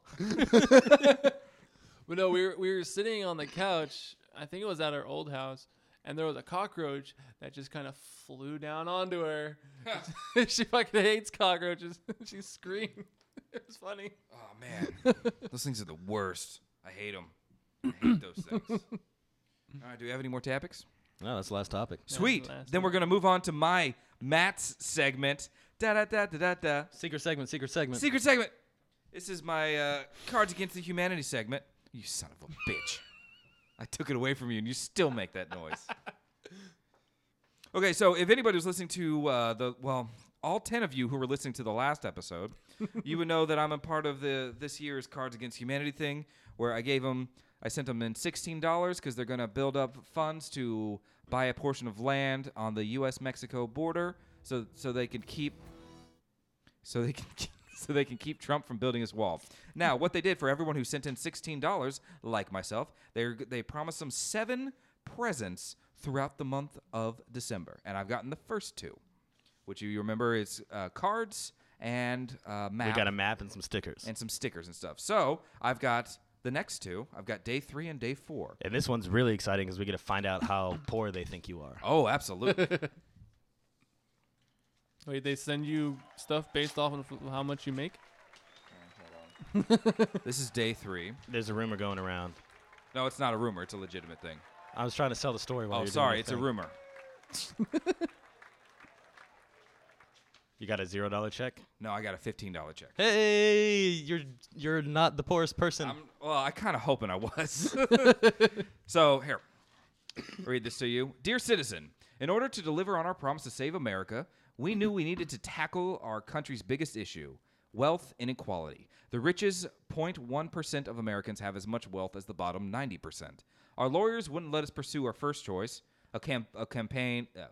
S3: But no, we were we were sitting on the couch. I think it was at our old house, and there was a cockroach that just kind of flew down onto her. she fucking hates cockroaches. she screamed. It was funny.
S2: oh man, those things are the worst. I hate them. I hate those things. All right, do we have any more topics?
S1: No, that's the last topic.
S2: Sweet.
S3: last
S2: Then we're gonna move on to my Matt's segment. Da da da da da da.
S1: Secret segment. Secret segment.
S2: Secret segment. This is my uh, Cards Against the Humanity segment. You son of a bitch. I took it away from you, and you still make that noise. Okay, so if anybody was listening to uh, the well, all ten of you who were listening to the last episode, you would know that I'm a part of the this year's Cards Against Humanity thing, where I gave them, I sent them in sixteen dollars because they're gonna build up funds to buy a portion of land on the U.S. Mexico border, so so they can keep so they can so they can keep Trump from building his wall. Now, what they did for everyone who sent in sixteen dollars, like myself, they they promised them seven presents throughout the month of December, and I've gotten the first two, which you remember is uh, cards and uh, map
S1: we got a map and some stickers. And,
S2: and some stickers and stuff. So I've got the next two. I've got day three and day four.
S1: this one's really exciting because we get to find out how poor they think you are.
S2: Oh, absolutely.
S3: Wait, they send you stuff based off of how much you make?
S2: This is day three.
S1: There's a rumor going around.
S2: No, it's not a rumor. It's a legitimate thing.
S1: I was trying to sell the story. While
S2: oh,
S1: you're doing
S2: sorry.
S1: your
S2: It's a
S1: thing.
S2: rumor.
S1: You got a zero dollar check.
S2: No, I got a $15 check.
S1: Hey, you're you're not the poorest person.
S2: I'm, well, I kind of hoping I was. so here, read this to you, dear citizen. In order to deliver on our promise to save America, we knew we needed to tackle our country's biggest issue: wealth inequality. The richest 0.1% of Americans have as much wealth as the bottom 90%. Our lawyers wouldn't let us pursue our first choice, a, camp- a campaign. Uh,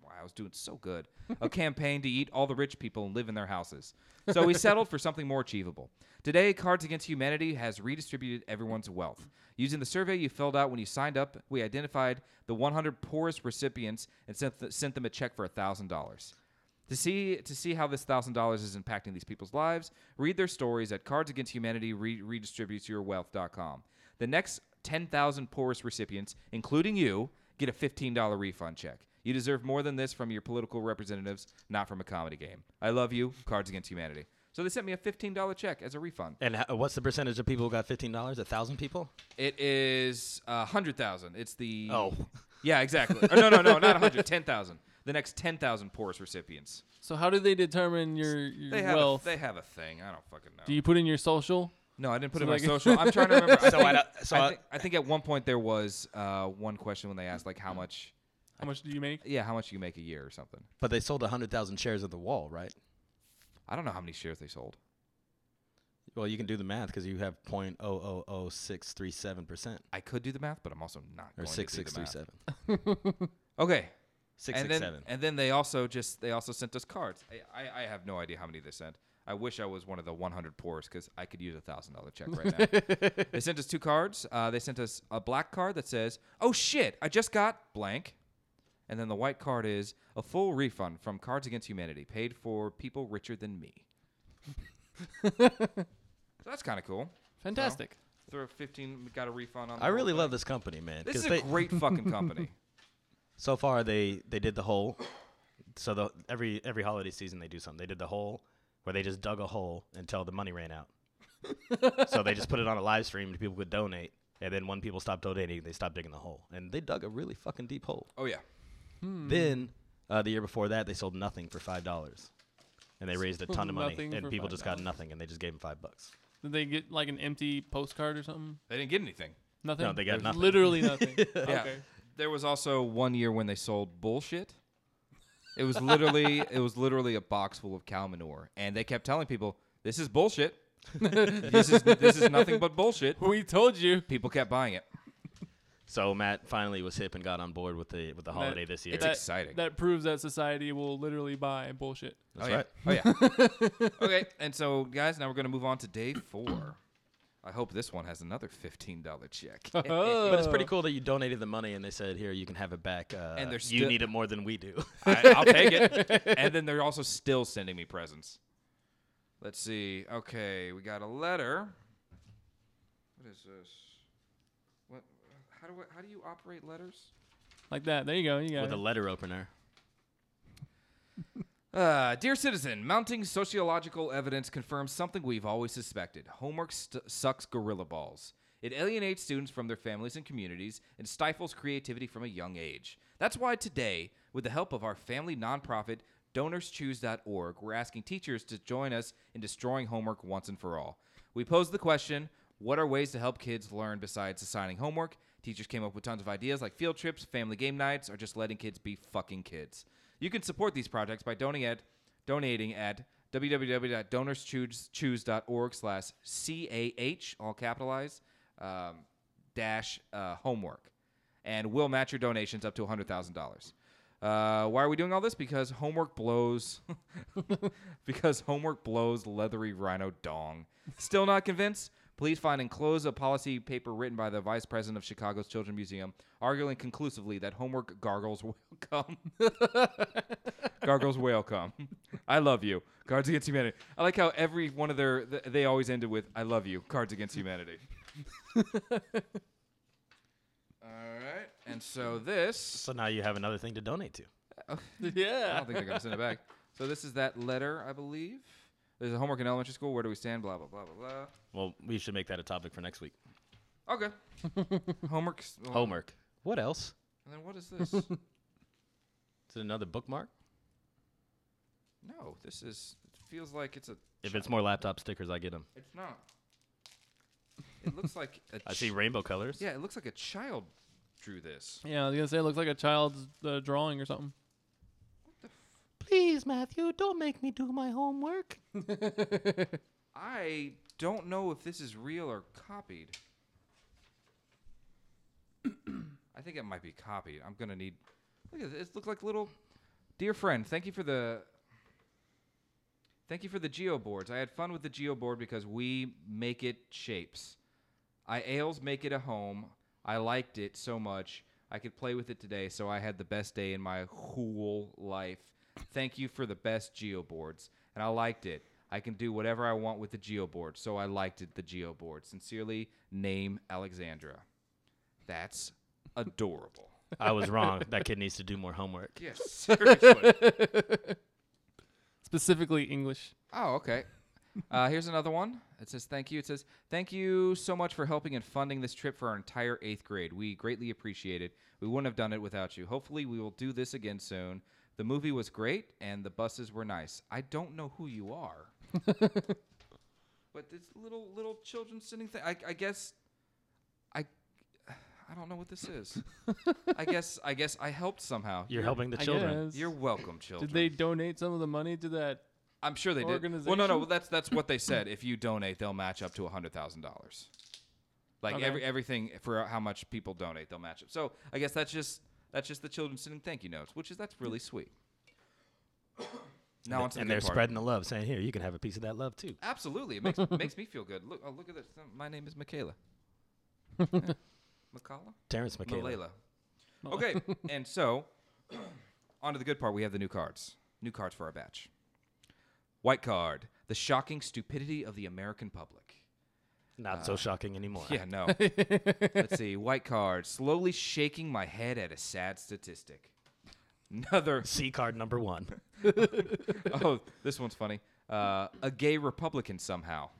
S2: Wow, I was doing so good. A campaign to eat all the rich people and live in their houses. So we settled for something more achievable. Today, Cards Against Humanity has redistributed everyone's wealth. Using the survey you filled out when you signed up, we identified the 100 poorest recipients and sent, th- sent them a check for $1,000. To see to see how this thousand dollars is impacting these people's lives, read their stories at Cards Against Humanity re- redistributes your wealth.com. The next ten thousand poorest recipients, including you, get a fifteen dollar refund check. You deserve more than this from your political representatives, not from a comedy game. I love you, Cards Against Humanity. So they sent me a fifteen dollar check as a refund.
S1: and h- what's the percentage of people who got fifteen dollars? A thousand people?
S2: It is a hundred thousand. It's the
S1: Oh.
S2: yeah exactly. Or no no no not a hundred ten thousand. The next ten thousand poorest recipients.
S3: So how do they determine your, your
S2: They have
S3: wealth?
S2: a, they have a thing. I don't fucking know.
S3: do you put in your social?
S2: No, I didn't put
S3: So
S2: it
S3: like-
S2: on my social. I'm trying to remember. I
S1: So
S2: think,
S1: I don't- so
S2: I,
S1: I-
S2: thi- I think at one point there was uh, one question when they asked like how much,
S3: How much do you make?
S2: yeah, how much you make a year or something.
S1: But they sold hundred thousand shares of the wall, right?
S2: I don't know how many shares they sold.
S1: Well, you can do the math because you have point oh oh oh six three seven percent
S2: I could do the math, but I'm also not
S1: or
S2: going
S1: six
S2: to do
S1: six
S2: the
S1: three
S2: math.
S1: seven.
S2: Okay,
S1: Six
S2: and
S1: six
S2: then
S1: seven.
S2: and then they also just they also sent us cards. I, I, I have no idea how many they sent. I wish I was one of the 100 poorest because I could use a thousand dollar check right now. they sent us two cards. Uh, they sent us a black card that says, "Oh shit, I just got blank," and then the white card is a full refund from Cards Against Humanity, paid for people richer than me. so that's kind of cool.
S3: Fantastic.
S2: Throw 15, got a refund on. the
S1: I
S2: whole
S1: really
S2: thing.
S1: love this company, man.
S2: This
S1: 'cause
S2: is a
S1: they,
S2: great fucking company.
S1: so far they they did the hole. So the every every holiday season they do something. They did the hole where they just dug a hole until the money ran out. so they just put it on a live stream and people could donate. And then when people stopped donating, they stopped digging the hole. And they dug a really fucking deep hole.
S2: Oh yeah. Hmm.
S1: Then uh, the year before that, they sold nothing for five dollars, and they raised a ton of money,
S3: Nothing
S1: and
S3: for
S1: people just got
S3: $5.
S1: nothing, and they just gave them five bucks.
S3: Did they get like an empty postcard or something?
S2: They didn't get anything.
S3: Nothing.
S1: No, they got
S3: There's
S1: nothing.
S3: Literally nothing.
S2: Yeah.
S3: Okay.
S2: There was also one year when they sold bullshit. It was literally it was literally a box full of cow manure, and they kept telling people, "This is bullshit. this is this is nothing but bullshit."
S3: We told you.
S2: People kept buying it.
S1: So Matt finally was hip and got on board with the with the holiday this year.
S2: It's
S3: That-
S2: exciting.
S3: That proves that society will literally buy bullshit.
S1: That's
S2: oh,
S1: right.
S2: Yeah. Oh yeah. okay, and so guys, now we're gonna move on to day four. I hope this one has another fifteen dollar check.
S3: Oh. Uh-huh.
S1: But it's pretty cool that you donated the money, and they said, "Here, you can have it back. Uh,
S2: And they're
S1: you
S2: sti-
S1: need it more than we do."
S2: I, I'll take it. And then they're also still sending me presents. Let's see. Okay, we got a letter. What is this? What? How do I, how do you operate letters?
S3: Like that. There you go. You got
S1: with
S3: it.
S1: a letter opener.
S2: Uh, dear citizen, mounting sociological evidence confirms something we've always suspected. Homework st- sucks gorilla balls. It alienates students from their families and communities and stifles creativity from a young age. That's why today, with the help of our family nonprofit, DonorsChoose.org, we're asking teachers to join us in destroying homework once and for all. We posed the question what are ways to help kids learn besides assigning homework? Teachers came up with tons of ideas like field trips, family game nights, or just letting kids be fucking kids. You can support these projects by donating at donating at www.donorschoose.org slash CAH, all capitalized, um, dash uh, homework. And we'll match your donations up to $100,000. Uh, why are we doing all this? Because homework blows. because homework blows leathery rhino dong. Still not convinced? Please find enclosed a policy paper written by the vice president of Chicago's Children's Museum, arguing conclusively that homework gargles will come. Gargoyles whale come. I love you. Cards Against Humanity. I like how every one of their th- they always ended with I love you. Cards Against Humanity. All right. And so this
S1: So now you have another thing to donate to.
S3: yeah.
S2: I don't think they're gonna send it back. So this is that letter, I believe. There's a homework in elementary school. Where do we stand? Blah blah blah blah
S10: Well, we should make that a topic for next week.
S2: blah. Okay. Homeworks. well,
S10: Homework. What else?
S2: And then what is this?
S10: Is it another bookmark?
S2: no, this is. It feels like it's a.
S10: If
S2: chi-
S10: it's more laptop stickers, I get them.
S2: it's not. It looks like a.
S10: I see
S2: chi-
S10: rainbow colors.
S2: Yeah, it looks like a child drew this.
S3: Yeah, I was gonna say it looks like a child's uh, drawing or something.
S1: Please, Matthew, don't make me do my homework.
S2: I don't know if this is real or copied. I think it might be copied. I'm gonna need. Look at this. Look like little. Dear friend, thank you for the. Thank you for the geo boards. I had fun with the geo board because we make it shapes. I ales make it a home. I liked it so much. I could play with it today, so I had the best day in my whole life. Thank you for the best geo boards, and I liked it. I can do whatever I want with the geo board, so I liked it. The geo board. Sincerely, name Alexandra. That's adorable.
S10: I was wrong. that kid needs to do more homework.
S2: yes, seriously.
S3: Specifically English.
S2: Oh, okay. Uh, here's another one. It says, Thank you. It says, Thank you so much for helping and funding this trip for our entire eighth grade. We greatly appreciate it. We wouldn't have done it without you. Hopefully, we will do this again soon. The movie was great and the buses were nice. I don't know who you are. but this little little children sitting thing, I, I guess, I, I don't know what this is. I guess I guess I helped somehow.
S1: You're helping the
S3: I
S1: children.
S3: guess.
S2: You're welcome, children.
S3: Did they donate some of the money to that?
S2: I'm sure they did. Well, no, no,
S3: organization?
S2: that's that's what they said. If you donate, they'll match up to hundred thousand dollars. Like
S3: Okay.
S2: every everything for how much people donate, they'll match up. So I guess that's just that's just the children sending thank you notes, which is that's really sweet. now on to the
S1: and
S2: good
S1: they're
S2: part.
S1: spreading the love, saying, here, you can have a piece of that love too.
S2: Absolutely, it makes makes me feel good. Look, oh, look at this. My name is Michaela. Yeah. Michaela.
S1: Terrence McKayla.
S2: Malala. Okay, and so on to the good part. We have the new cards. New cards for our batch. White card: the shocking stupidity of the American public.
S1: Not so shocking anymore.
S2: Uh, Yeah, no. Let's see. White card: slowly shaking my head at a sad statistic. Another.
S1: C card number one.
S2: Oh, this one's funny. Uh, a gay Republican somehow.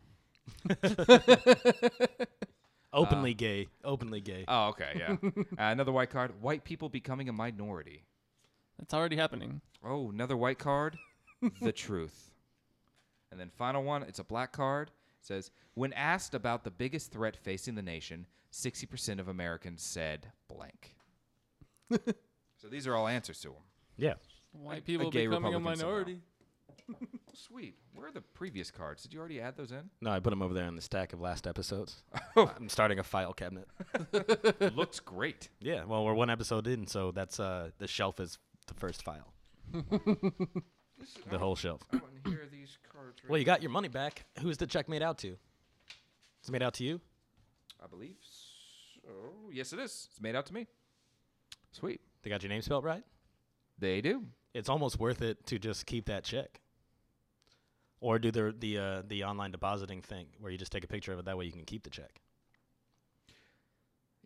S1: Openly gay. Openly gay.
S2: Oh, okay, yeah. Uh, another white card: white people becoming a minority.
S3: That's already happening.
S2: Oh, another white card. the truth. And then final one, it's a black card. It says, when asked about the biggest threat facing the nation, 60% of Americans said blank. so these are all answers to them.
S1: yeah.
S3: White people
S2: gay
S3: becoming a
S2: Republican somehow.
S3: minority.
S2: Oh, Sweet. Where are the previous cards? Did you already add those in?
S1: No, I put them over there on the stack of last episodes.
S2: Oh.
S1: I'm starting a file cabinet.
S2: Looks great.
S1: Yeah, well, we're one episode in, so that's uh the shelf is the first file. the whole shelf.
S2: I want to hear these cards.
S1: Well, you got your money back. Who's the check made out to? It's made out to you.
S2: I believe so. Yes, it is. It's made out to me. Sweet.
S1: They got your name spelled right.
S2: They do.
S1: It's almost worth it to just keep that check, or do the the uh, the online depositing thing where you just take a picture of it. That way, you can keep the check.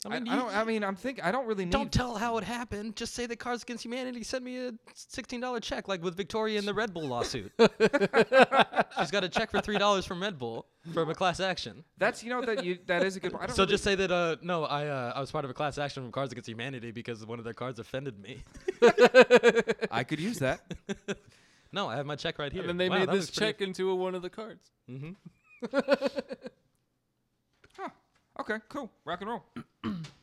S2: I, I don't. I mean, I'm think. I don't really need.
S1: Don't tell how it happened. Just say that Cards Against Humanity sent me a sixteen dollar check, like with Victoria in the Red Bull lawsuit. She's got a check for three dollars from Red Bull from a class action.
S2: That's you know that you that is a good. I don't
S1: So
S2: really-
S1: just say that uh, no, I uh, I was part of a class action from Cards Against Humanity because one of their cards offended me.
S2: I could use that.
S1: no, I have my check right here.
S3: And then they
S1: Wow,
S3: made
S1: that
S3: this
S1: looks pretty- Mm-hmm.
S3: check into a, one of the cards.
S2: Huh. Okay, cool. Rock and roll.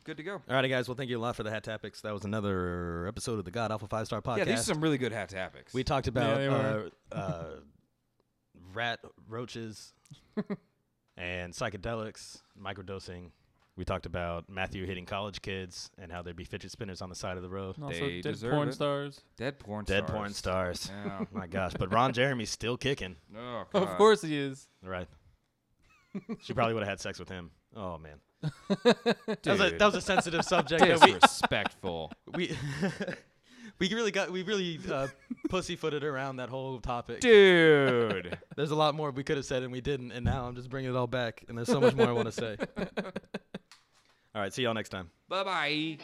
S2: good to go.
S1: Alrighty, guys. Well, thank you a lot for the hat topics. That was another episode of the God Alpha Five Star Podcast.
S2: Yeah, these are some really good hat topics.
S1: we talked
S3: Yeah,
S1: about
S3: they were.
S1: uh, uh, rat roaches and psychedelics, microdosing. We talked about Matthew hitting college kids and how there'd be fidget spinners on the side of the road.
S3: And also
S2: They
S3: did
S2: deserve
S3: porn
S2: it.
S3: stars.
S2: dead porn
S1: Dead
S2: stars.
S1: porn stars.
S2: Yeah.
S1: My gosh, but Ron Jeremy's still kicking.
S2: Oh,
S3: Of
S2: God.
S3: course he is.
S1: Right. She probably would have had sex with him. Oh man, that
S2: Dude,
S1: was a, that was a sensitive subject. that we
S2: disrespectful.
S1: we we really got we really uh, pussyfooted around that whole topic.
S2: Dude.
S1: There's a lot more we could have said and we didn't, and now I'm just bringing it all back. And there's so much more I want to say. All right, see y'all next time.
S2: bye bye.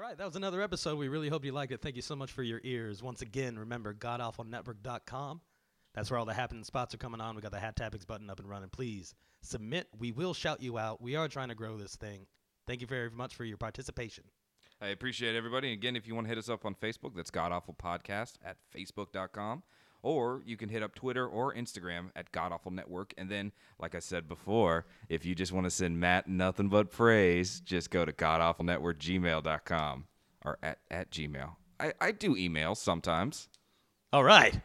S1: right, that was another episode. We really hope you liked it. Thank you so much for your ears. Once again, remember godawfulnetwork.com. That's where all the happening spots are coming on. We got the hat topics button up and running. Please submit. We will shout you out. We are trying to grow this thing. Thank you very much for your participation.
S2: I appreciate everybody. Again, if you want to hit us up on Facebook, that's God Awful Podcast at facebook.com. Or you can hit up Twitter or Instagram at God Awful Network. And then, like I said before, if you just want to send Matt nothing but praise, just go to godawfulnetworkgmail.com or at, at Gmail. I, I do email sometimes.
S1: All right.